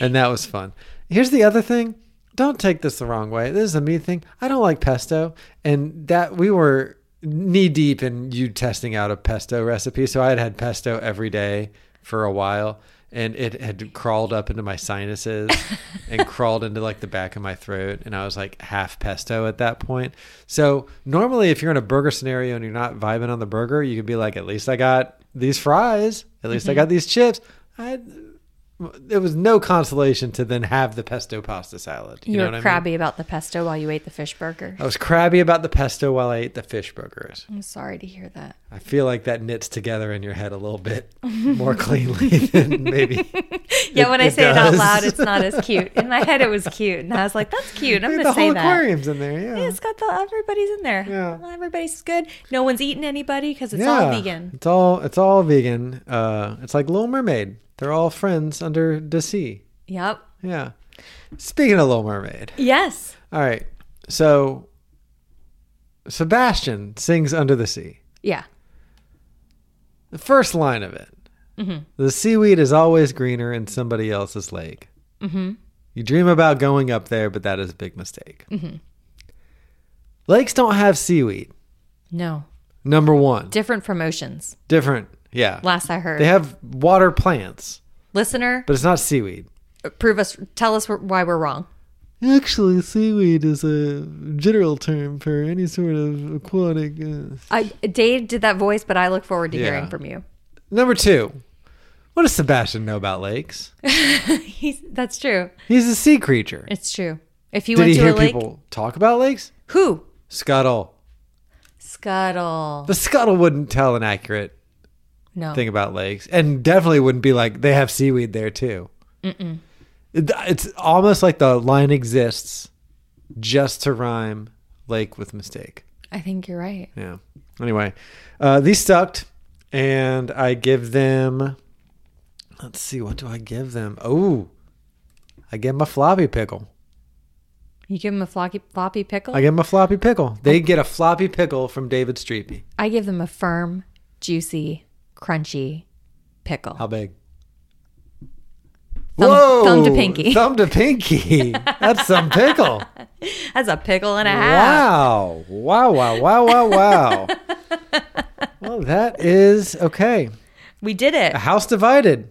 S2: and that was fun. Here's the other thing: don't take this the wrong way. This is a me thing. I don't like pesto, and that we were knee deep in you testing out a pesto recipe, so I had had pesto every day for a while. And it had crawled up into my sinuses and crawled into like the back of my throat. And I was like half pesto at that point. So, normally, if you're in a burger scenario and you're not vibing on the burger, you could be like, at least I got these fries. At least I got these chips. I, there was no consolation to then have the pesto pasta salad. You,
S1: you,
S2: know
S1: were
S2: what I mean?
S1: crabby about the pesto while you ate the fish burger.
S2: I was crabby about the pesto while I ate the fish burgers.
S1: I'm sorry to hear that.
S2: I feel like that knits together in your head a
S1: [laughs]
S2: little bit more cleanly than maybe.
S1: Yeah,
S2: It-
S1: when I
S2: it
S1: say it out
S2: does.
S1: loud, it's not
S2: [laughs]
S1: as cute. In my head, it was cute, and I was like, "That's cute." I'm
S2: Look at
S1: gonna
S2: the
S1: say
S2: whole
S1: that.
S2: aquarium's in there. Yeah.
S1: Yeah, it's got the everybody's in there.
S2: Yeah.
S1: everybody's good. No one's eating anybody because it's all vegan.
S2: It's all it's all vegan. Uh, it's like Little Mermaid. They're all friends under the sea.
S1: Yep.
S2: Yeah. Speaking of Little Mermaid.
S1: Yes.
S2: All right. So Sebastian sings Under the Sea.
S1: Yeah.
S2: The first line of it.
S1: Mm-hmm.
S2: The seaweed is always greener in somebody else's lake.
S1: Mm-hmm.
S2: You dream about going up there, but that is a big mistake.
S1: Mm-hmm.
S2: Lakes don't have seaweed.
S1: No.
S2: Number one.
S1: Different from oceans.
S2: Different. Yeah.
S1: Last I heard.
S2: They have water plants,
S1: Listener,
S2: but it's not seaweed.
S1: prove us. Tell us wh- why we're wrong.
S2: Actually, seaweed is a general term for any sort of aquatic. Uh...
S1: I, Dave did that voice, but I look forward to hearing
S2: Yeah.
S1: from you. [laughs]
S2: Number two, what does Sebastian know about lakes?
S1: He's, that's true.
S2: He's a sea creature.
S1: It's true. If you
S2: Did
S1: went
S2: he
S1: to
S2: hear
S1: a lake,
S2: people talk about lakes?
S1: who
S2: Scuttle.
S1: scuttle?
S2: The scuttle wouldn't tell an accurate
S1: No.
S2: thing about lakes, and definitely wouldn't be like they have seaweed there too. It- It's almost like the line exists just to rhyme lake with mistake.
S1: I think you're right.
S2: Yeah. Anyway, uh, these sucked, and I give them. Let's see, what do I give them? Oh, I give them a floppy pickle.
S1: You give them a floppy, floppy pickle.
S2: I give them a floppy pickle. They get a floppy pickle from David Streepy.
S1: I give them a firm, juicy, crunchy pickle.
S2: How big?
S1: Thumb- thumb to pinky.
S2: Thumb
S1: [laughs]
S2: to pinky. That's some pickle.
S1: That's a pickle and a half.
S2: Wow. Wow, wow, wow, wow, wow. well, that is okay.
S1: We did it.
S2: A house divided.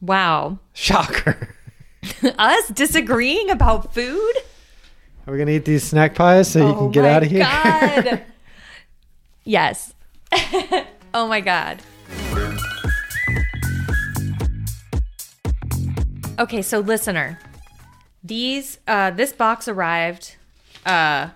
S1: Wow. [laughs]
S2: Shocker. [laughs]
S1: Us disagreeing about food?
S2: Are we gonna eat these snack pies so you can get out of here?
S1: Oh God. yes. [laughs] oh my God. Okay, so listener, these uh, this box arrived uh,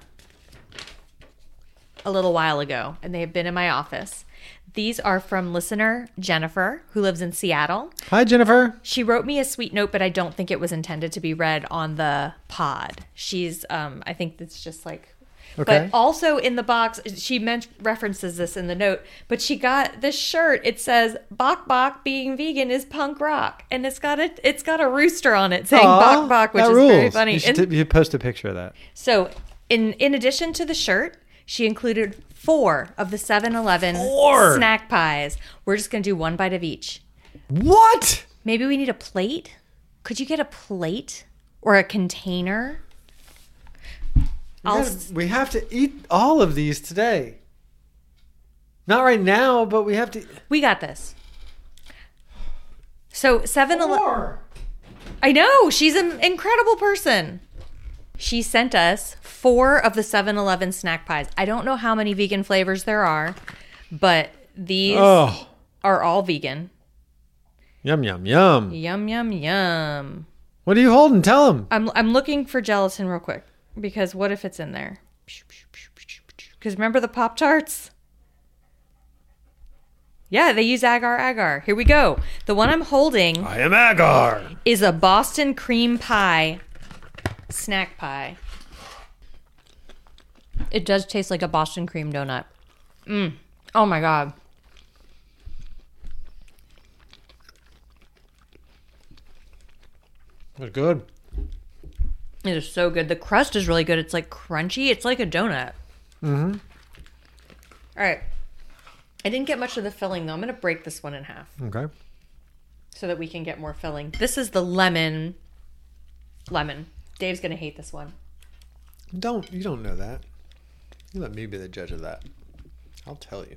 S1: a little while ago, and they have been in my office. These are from listener Jennifer, who lives in Seattle.
S2: [laughs] Hi, Jennifer.
S1: She wrote me a sweet note, but I don't think it was intended to be read on the pod. She's, um, I think it's just like.
S2: Okay.
S1: But also in the box, she men- references this in the note, but she got this shirt. It says "Bok Bok being vegan is punk rock," and it's got a it's got a rooster on it saying
S2: Aw,
S1: "Bok Bok," which
S2: that
S1: is very
S2: rules.
S1: funny.
S2: You, should
S1: And-
S2: t- you post a picture of that.
S1: so, in in addition to the shirt, she included four of the 7-Eleven
S2: Four?
S1: snack pies. We're just gonna do one bite of each.
S2: What?
S1: Maybe we need a plate. Could you get a plate or a container? I'll s-
S2: we have to eat all of these today. Not right now, but we have to.
S1: we got this. So 7 Eleven. I know. She's an incredible person. She sent us four of the 7 Eleven snack pies. I don't know how many vegan flavors there are, but these
S2: Oh,
S1: are all vegan.
S2: yum, yum, yum.
S1: Yum, yum, yum.
S2: What are you holding? Tell him.
S1: I'm, I'm looking for gelatin real quick because what if it's in there? Because remember the Pop Tarts? Yeah, they use agar agar. Here we go. The one I'm holding
S2: I am Agar.
S1: is a Boston cream pie snack pie. It does taste like a Boston cream donut. Mm. Oh my god.
S2: That's good.
S1: It is so good. The crust is really good. It's like crunchy. It's like a donut. Mm-hmm. right. I didn't get much of the filling though. I'm gonna break this one in half
S2: Okay.
S1: so that we can get more filling. This is the lemon. Lemon. Dave's gonna hate this one.
S2: Don't you don't know that. You let me be the judge of that. I'll tell you.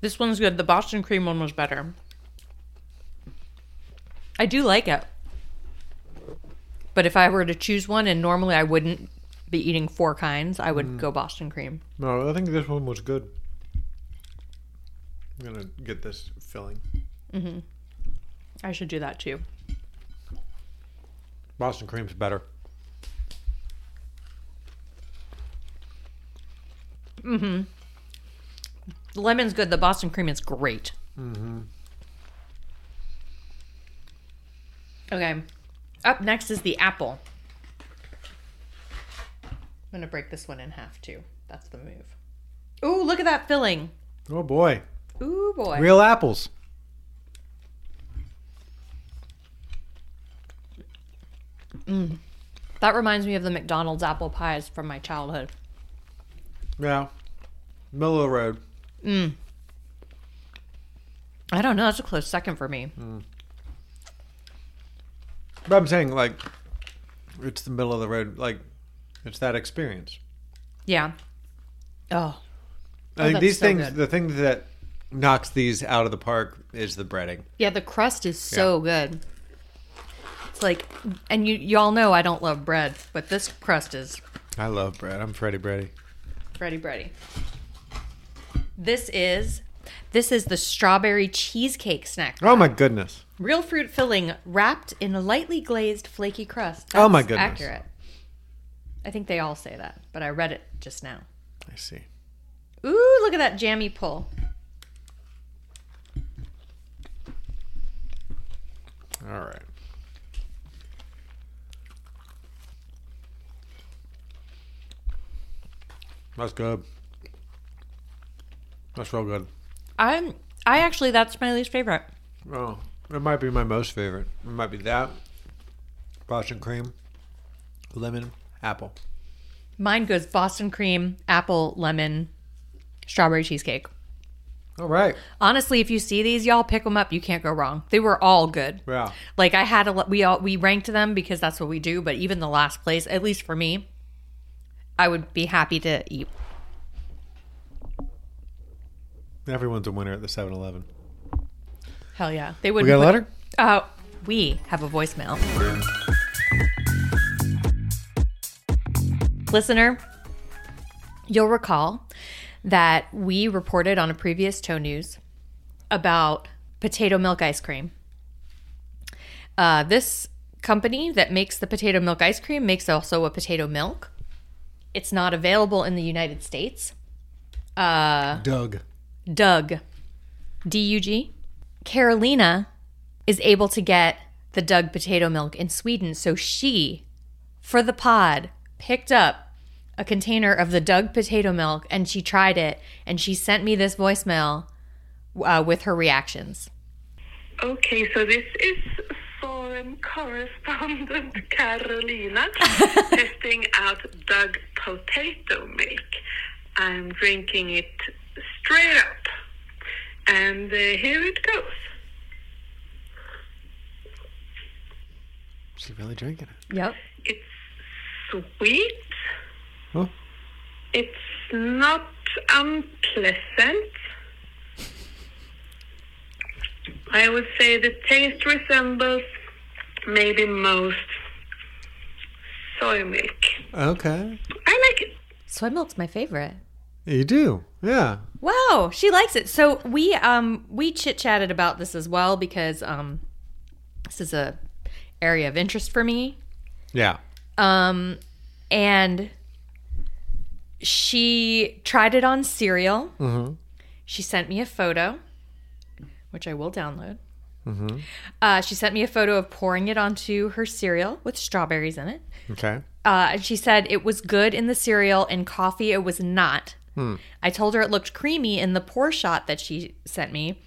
S1: This one's good. The Boston cream one was better. I do like it. But if I were to choose one, and normally I wouldn't be eating four kinds, I would go Boston cream.
S2: No, I think this one was good. I'm gonna get this filling.
S1: I should do that too.
S2: Boston cream's better.
S1: The lemon's good. The Boston cream is great. Okay. Up next is the apple. I'm going to break this one in half too. That's the move. Ooh, look at that filling.
S2: Oh boy.
S1: Ooh, boy.
S2: Real apples.
S1: That reminds me of the McDonald's apple pies from my childhood.
S2: Yeah. Middle of the road.
S1: I don't know. That's a close second for me.
S2: But I'm saying like it's the middle of the road, like it's that experience.
S1: Yeah. Oh,
S2: I think
S1: that's
S2: these
S1: so
S2: things
S1: good.
S2: the thing that knocks these out of the park is the breading.
S1: Yeah, the crust is so good. It's like, and you y'all know I don't love bread, but this crust is
S2: I love bread. I'm Freddy Bready.
S1: bready bready. This is this is the strawberry cheesecake snack.
S2: Oh my goodness.
S1: Real fruit filling wrapped in a lightly glazed flaky crust.
S2: Oh my
S1: That's
S2: goodness.
S1: Accurate. I think they all say that, but I read it just now.
S2: I see.
S1: Ooh, look at that jammy pull.
S2: All right. That's good. That's real good.
S1: I'm I actually that's my least favorite.
S2: Oh, it might be my most favorite. It might be that Boston cream, lemon, apple.
S1: Mine goes Boston cream, apple, lemon, strawberry cheesecake.
S2: All right.
S1: Honestly, if you see these, y'all pick them up. You can't go wrong. They were all good.
S2: Yeah.
S1: Like I had a lo- we all we ranked them because that's what we do. But even the last place, at least for me, I would be happy to eat.
S2: Everyone's a winner at the 7 Eleven.
S1: Hell yeah, they would.
S2: We got a letter?
S1: Uh, we have a voicemail. Listener, you'll recall that we reported on a previous Toe News about potato milk ice cream. Uh, this company that makes the potato milk ice cream makes also a potato milk. It's not available in the United States.
S2: Doug.
S1: Doug, D U G. Carolina is able to get the Doug potato milk in Sweden. So she, for the pod, picked up a container of the Doug potato milk and she tried it and she sent me this voicemail uh, with her reactions.
S7: Okay, so this is foreign correspondent [laughs] Carolina testing out Doug potato milk. I'm drinking it straight up. And uh, here it goes.
S2: She's really drinking it.
S1: Yep.
S7: It's sweet.
S2: Huh?
S7: It's not unpleasant. I would say the taste resembles maybe most soy milk.
S2: Okay.
S7: I like it.
S1: Soy milk's my favorite.
S2: You do. Yeah.
S1: Wow, she likes it. So we um we chit chatted about this as well because um this is a area of interest for me.
S2: Yeah.
S1: Um and she tried it on cereal. She sent me a photo, which I will download. Uh, she sent me a photo of pouring it onto her cereal with strawberries in it.
S2: Okay.
S1: Uh, and she said it was good in the cereal and coffee. It was not. I told her it looked creamy in the pour shot that she sent me,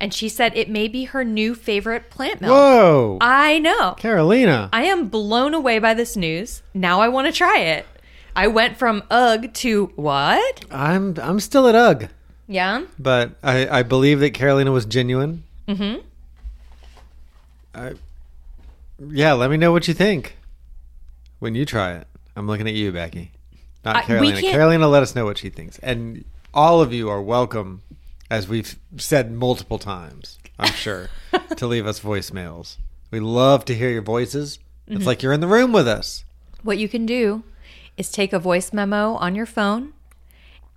S1: and she said it may be her new favorite plant milk.
S2: Whoa.
S1: I know.
S2: Carolina.
S1: I am blown away by this news. Now I want to try it. I went from ugh to what?
S2: I'm I'm still at UGG,
S1: Yeah.
S2: but I, I believe that Carolina was genuine. Mm-hmm. I, yeah, let me know what you think when you try it. I'm looking at you, Becky, not
S1: I- we
S2: Carolina.
S1: can't-
S2: Carolina, let us know what she thinks, and all of you are welcome, as we've said multiple times, I'm
S1: [laughs]
S2: sure, to leave us voicemails. We love to hear your voices.
S1: Mm-hmm.
S2: It's like you're in the room with us.
S1: What you can do is take a voice memo on your phone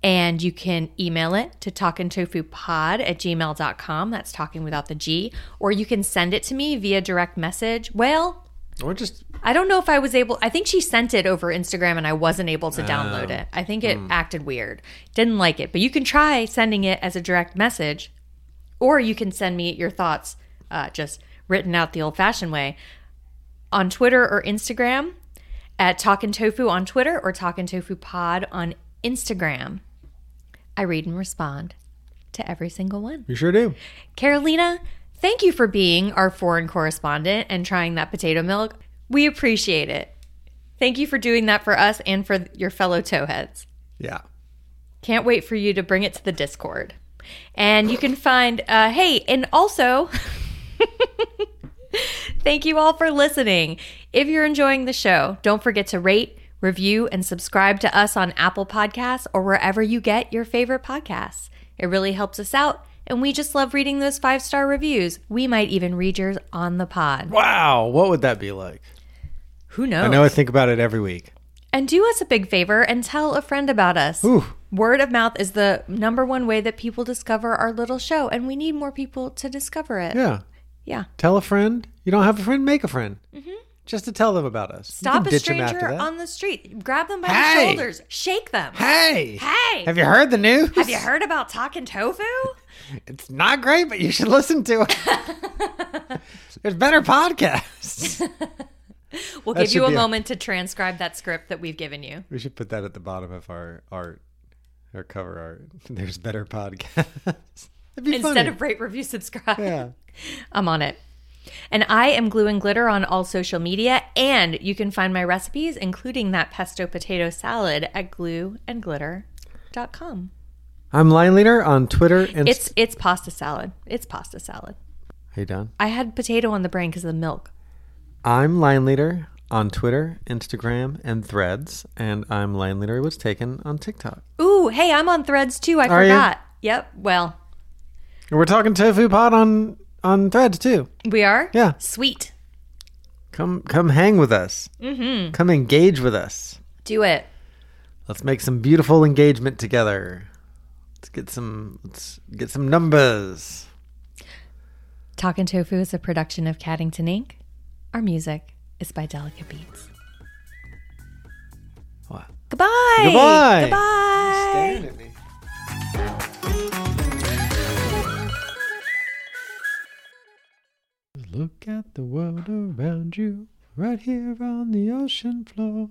S1: and you can email it to talkingtofupod at gmail.com. That's talking without the G. Or you can send it to me via direct message. Well,
S2: Or just
S1: I don't know if I was able, I think she sent it over Instagram and I wasn't able to download it. I think it acted weird. Didn't like it. But you can try sending it as a direct message or you can send me your thoughts uh, just written out the old fashioned way on Twitter or Instagram at Talkin' Tofu on Twitter or Talkin' Tofu Pod on Instagram. I read and respond to every single one.
S2: you sure do.
S1: Carolina, thank you for being our foreign correspondent and trying that potato milk. We appreciate it. Thank you for doing that for us and for your fellow towheads.
S2: Yeah.
S1: Can't wait for you to bring it to the Discord. And you can find, uh, hey, and also, [laughs] thank you all for listening. If you're enjoying the show, don't forget to rate, review, and subscribe to us on Apple Podcasts or wherever you get your favorite podcasts. It really helps us out. And we just love reading those five star reviews. We might even read yours on the pod.
S2: Wow, what would that be like?
S1: Who knows?
S2: I know I think about it every week.
S1: And do us a big favor and tell a friend about us.
S2: Ooh.
S1: Word of mouth is the number one way that people discover our little show, and we need more people to discover it.
S2: Yeah.
S1: Yeah.
S2: Tell a friend. You don't have a friend, make a friend. Just to tell them about us. You
S1: Mm-hmm. Stop
S2: can
S1: a
S2: ditch 'em after
S1: stranger
S2: that.
S1: on the street, grab them by
S2: Hey!
S1: the shoulders, shake them.
S2: Hey!
S1: Hey!
S2: Have you heard the news?
S1: Have you heard about talking tofu?
S2: It's not great, but you should listen to it.
S1: [laughs]
S2: There's better podcasts. [laughs]
S1: We'll
S2: That
S1: give you
S2: should
S1: a
S2: be a-
S1: moment to transcribe that script that we've given you.
S2: we should put that at the bottom of our art, our cover art. [laughs] There's better podcasts. [laughs] That'd be
S1: Instead
S2: funny.
S1: of rate, review, subscribe.
S2: yeah.
S1: I'm on it. And I am glue and glitter on all social media, and you can find my recipes, including that pesto potato salad, at glueandglitter.com.
S2: I'm line leader on Twitter and
S1: It's it's pasta salad. It's pasta salad.
S2: Are you done?
S1: I had potato on the brain because of the milk.
S2: I'm Line Leader on Twitter, Instagram, and Threads, and I'm Line Leader was taken on TikTok.
S1: Ooh, hey, I'm on threads too. I
S2: Are you?
S1: forgot. Yep. Well,
S2: And we're talking tofu pod on on Threads too.
S1: we are.
S2: Yeah.
S1: Sweet.
S2: Come come hang with us. Mm-hmm. Come engage with us.
S1: Do it.
S2: Let's make some beautiful engagement together. Let's get some let's get some numbers.
S1: Talkin' Tofu is a production of Caddington Inc. Our music is by Delicate Beats.
S2: What?
S1: Goodbye.
S2: Goodbye.
S1: Goodbye.
S2: Look at the world around you, right here on the ocean floor.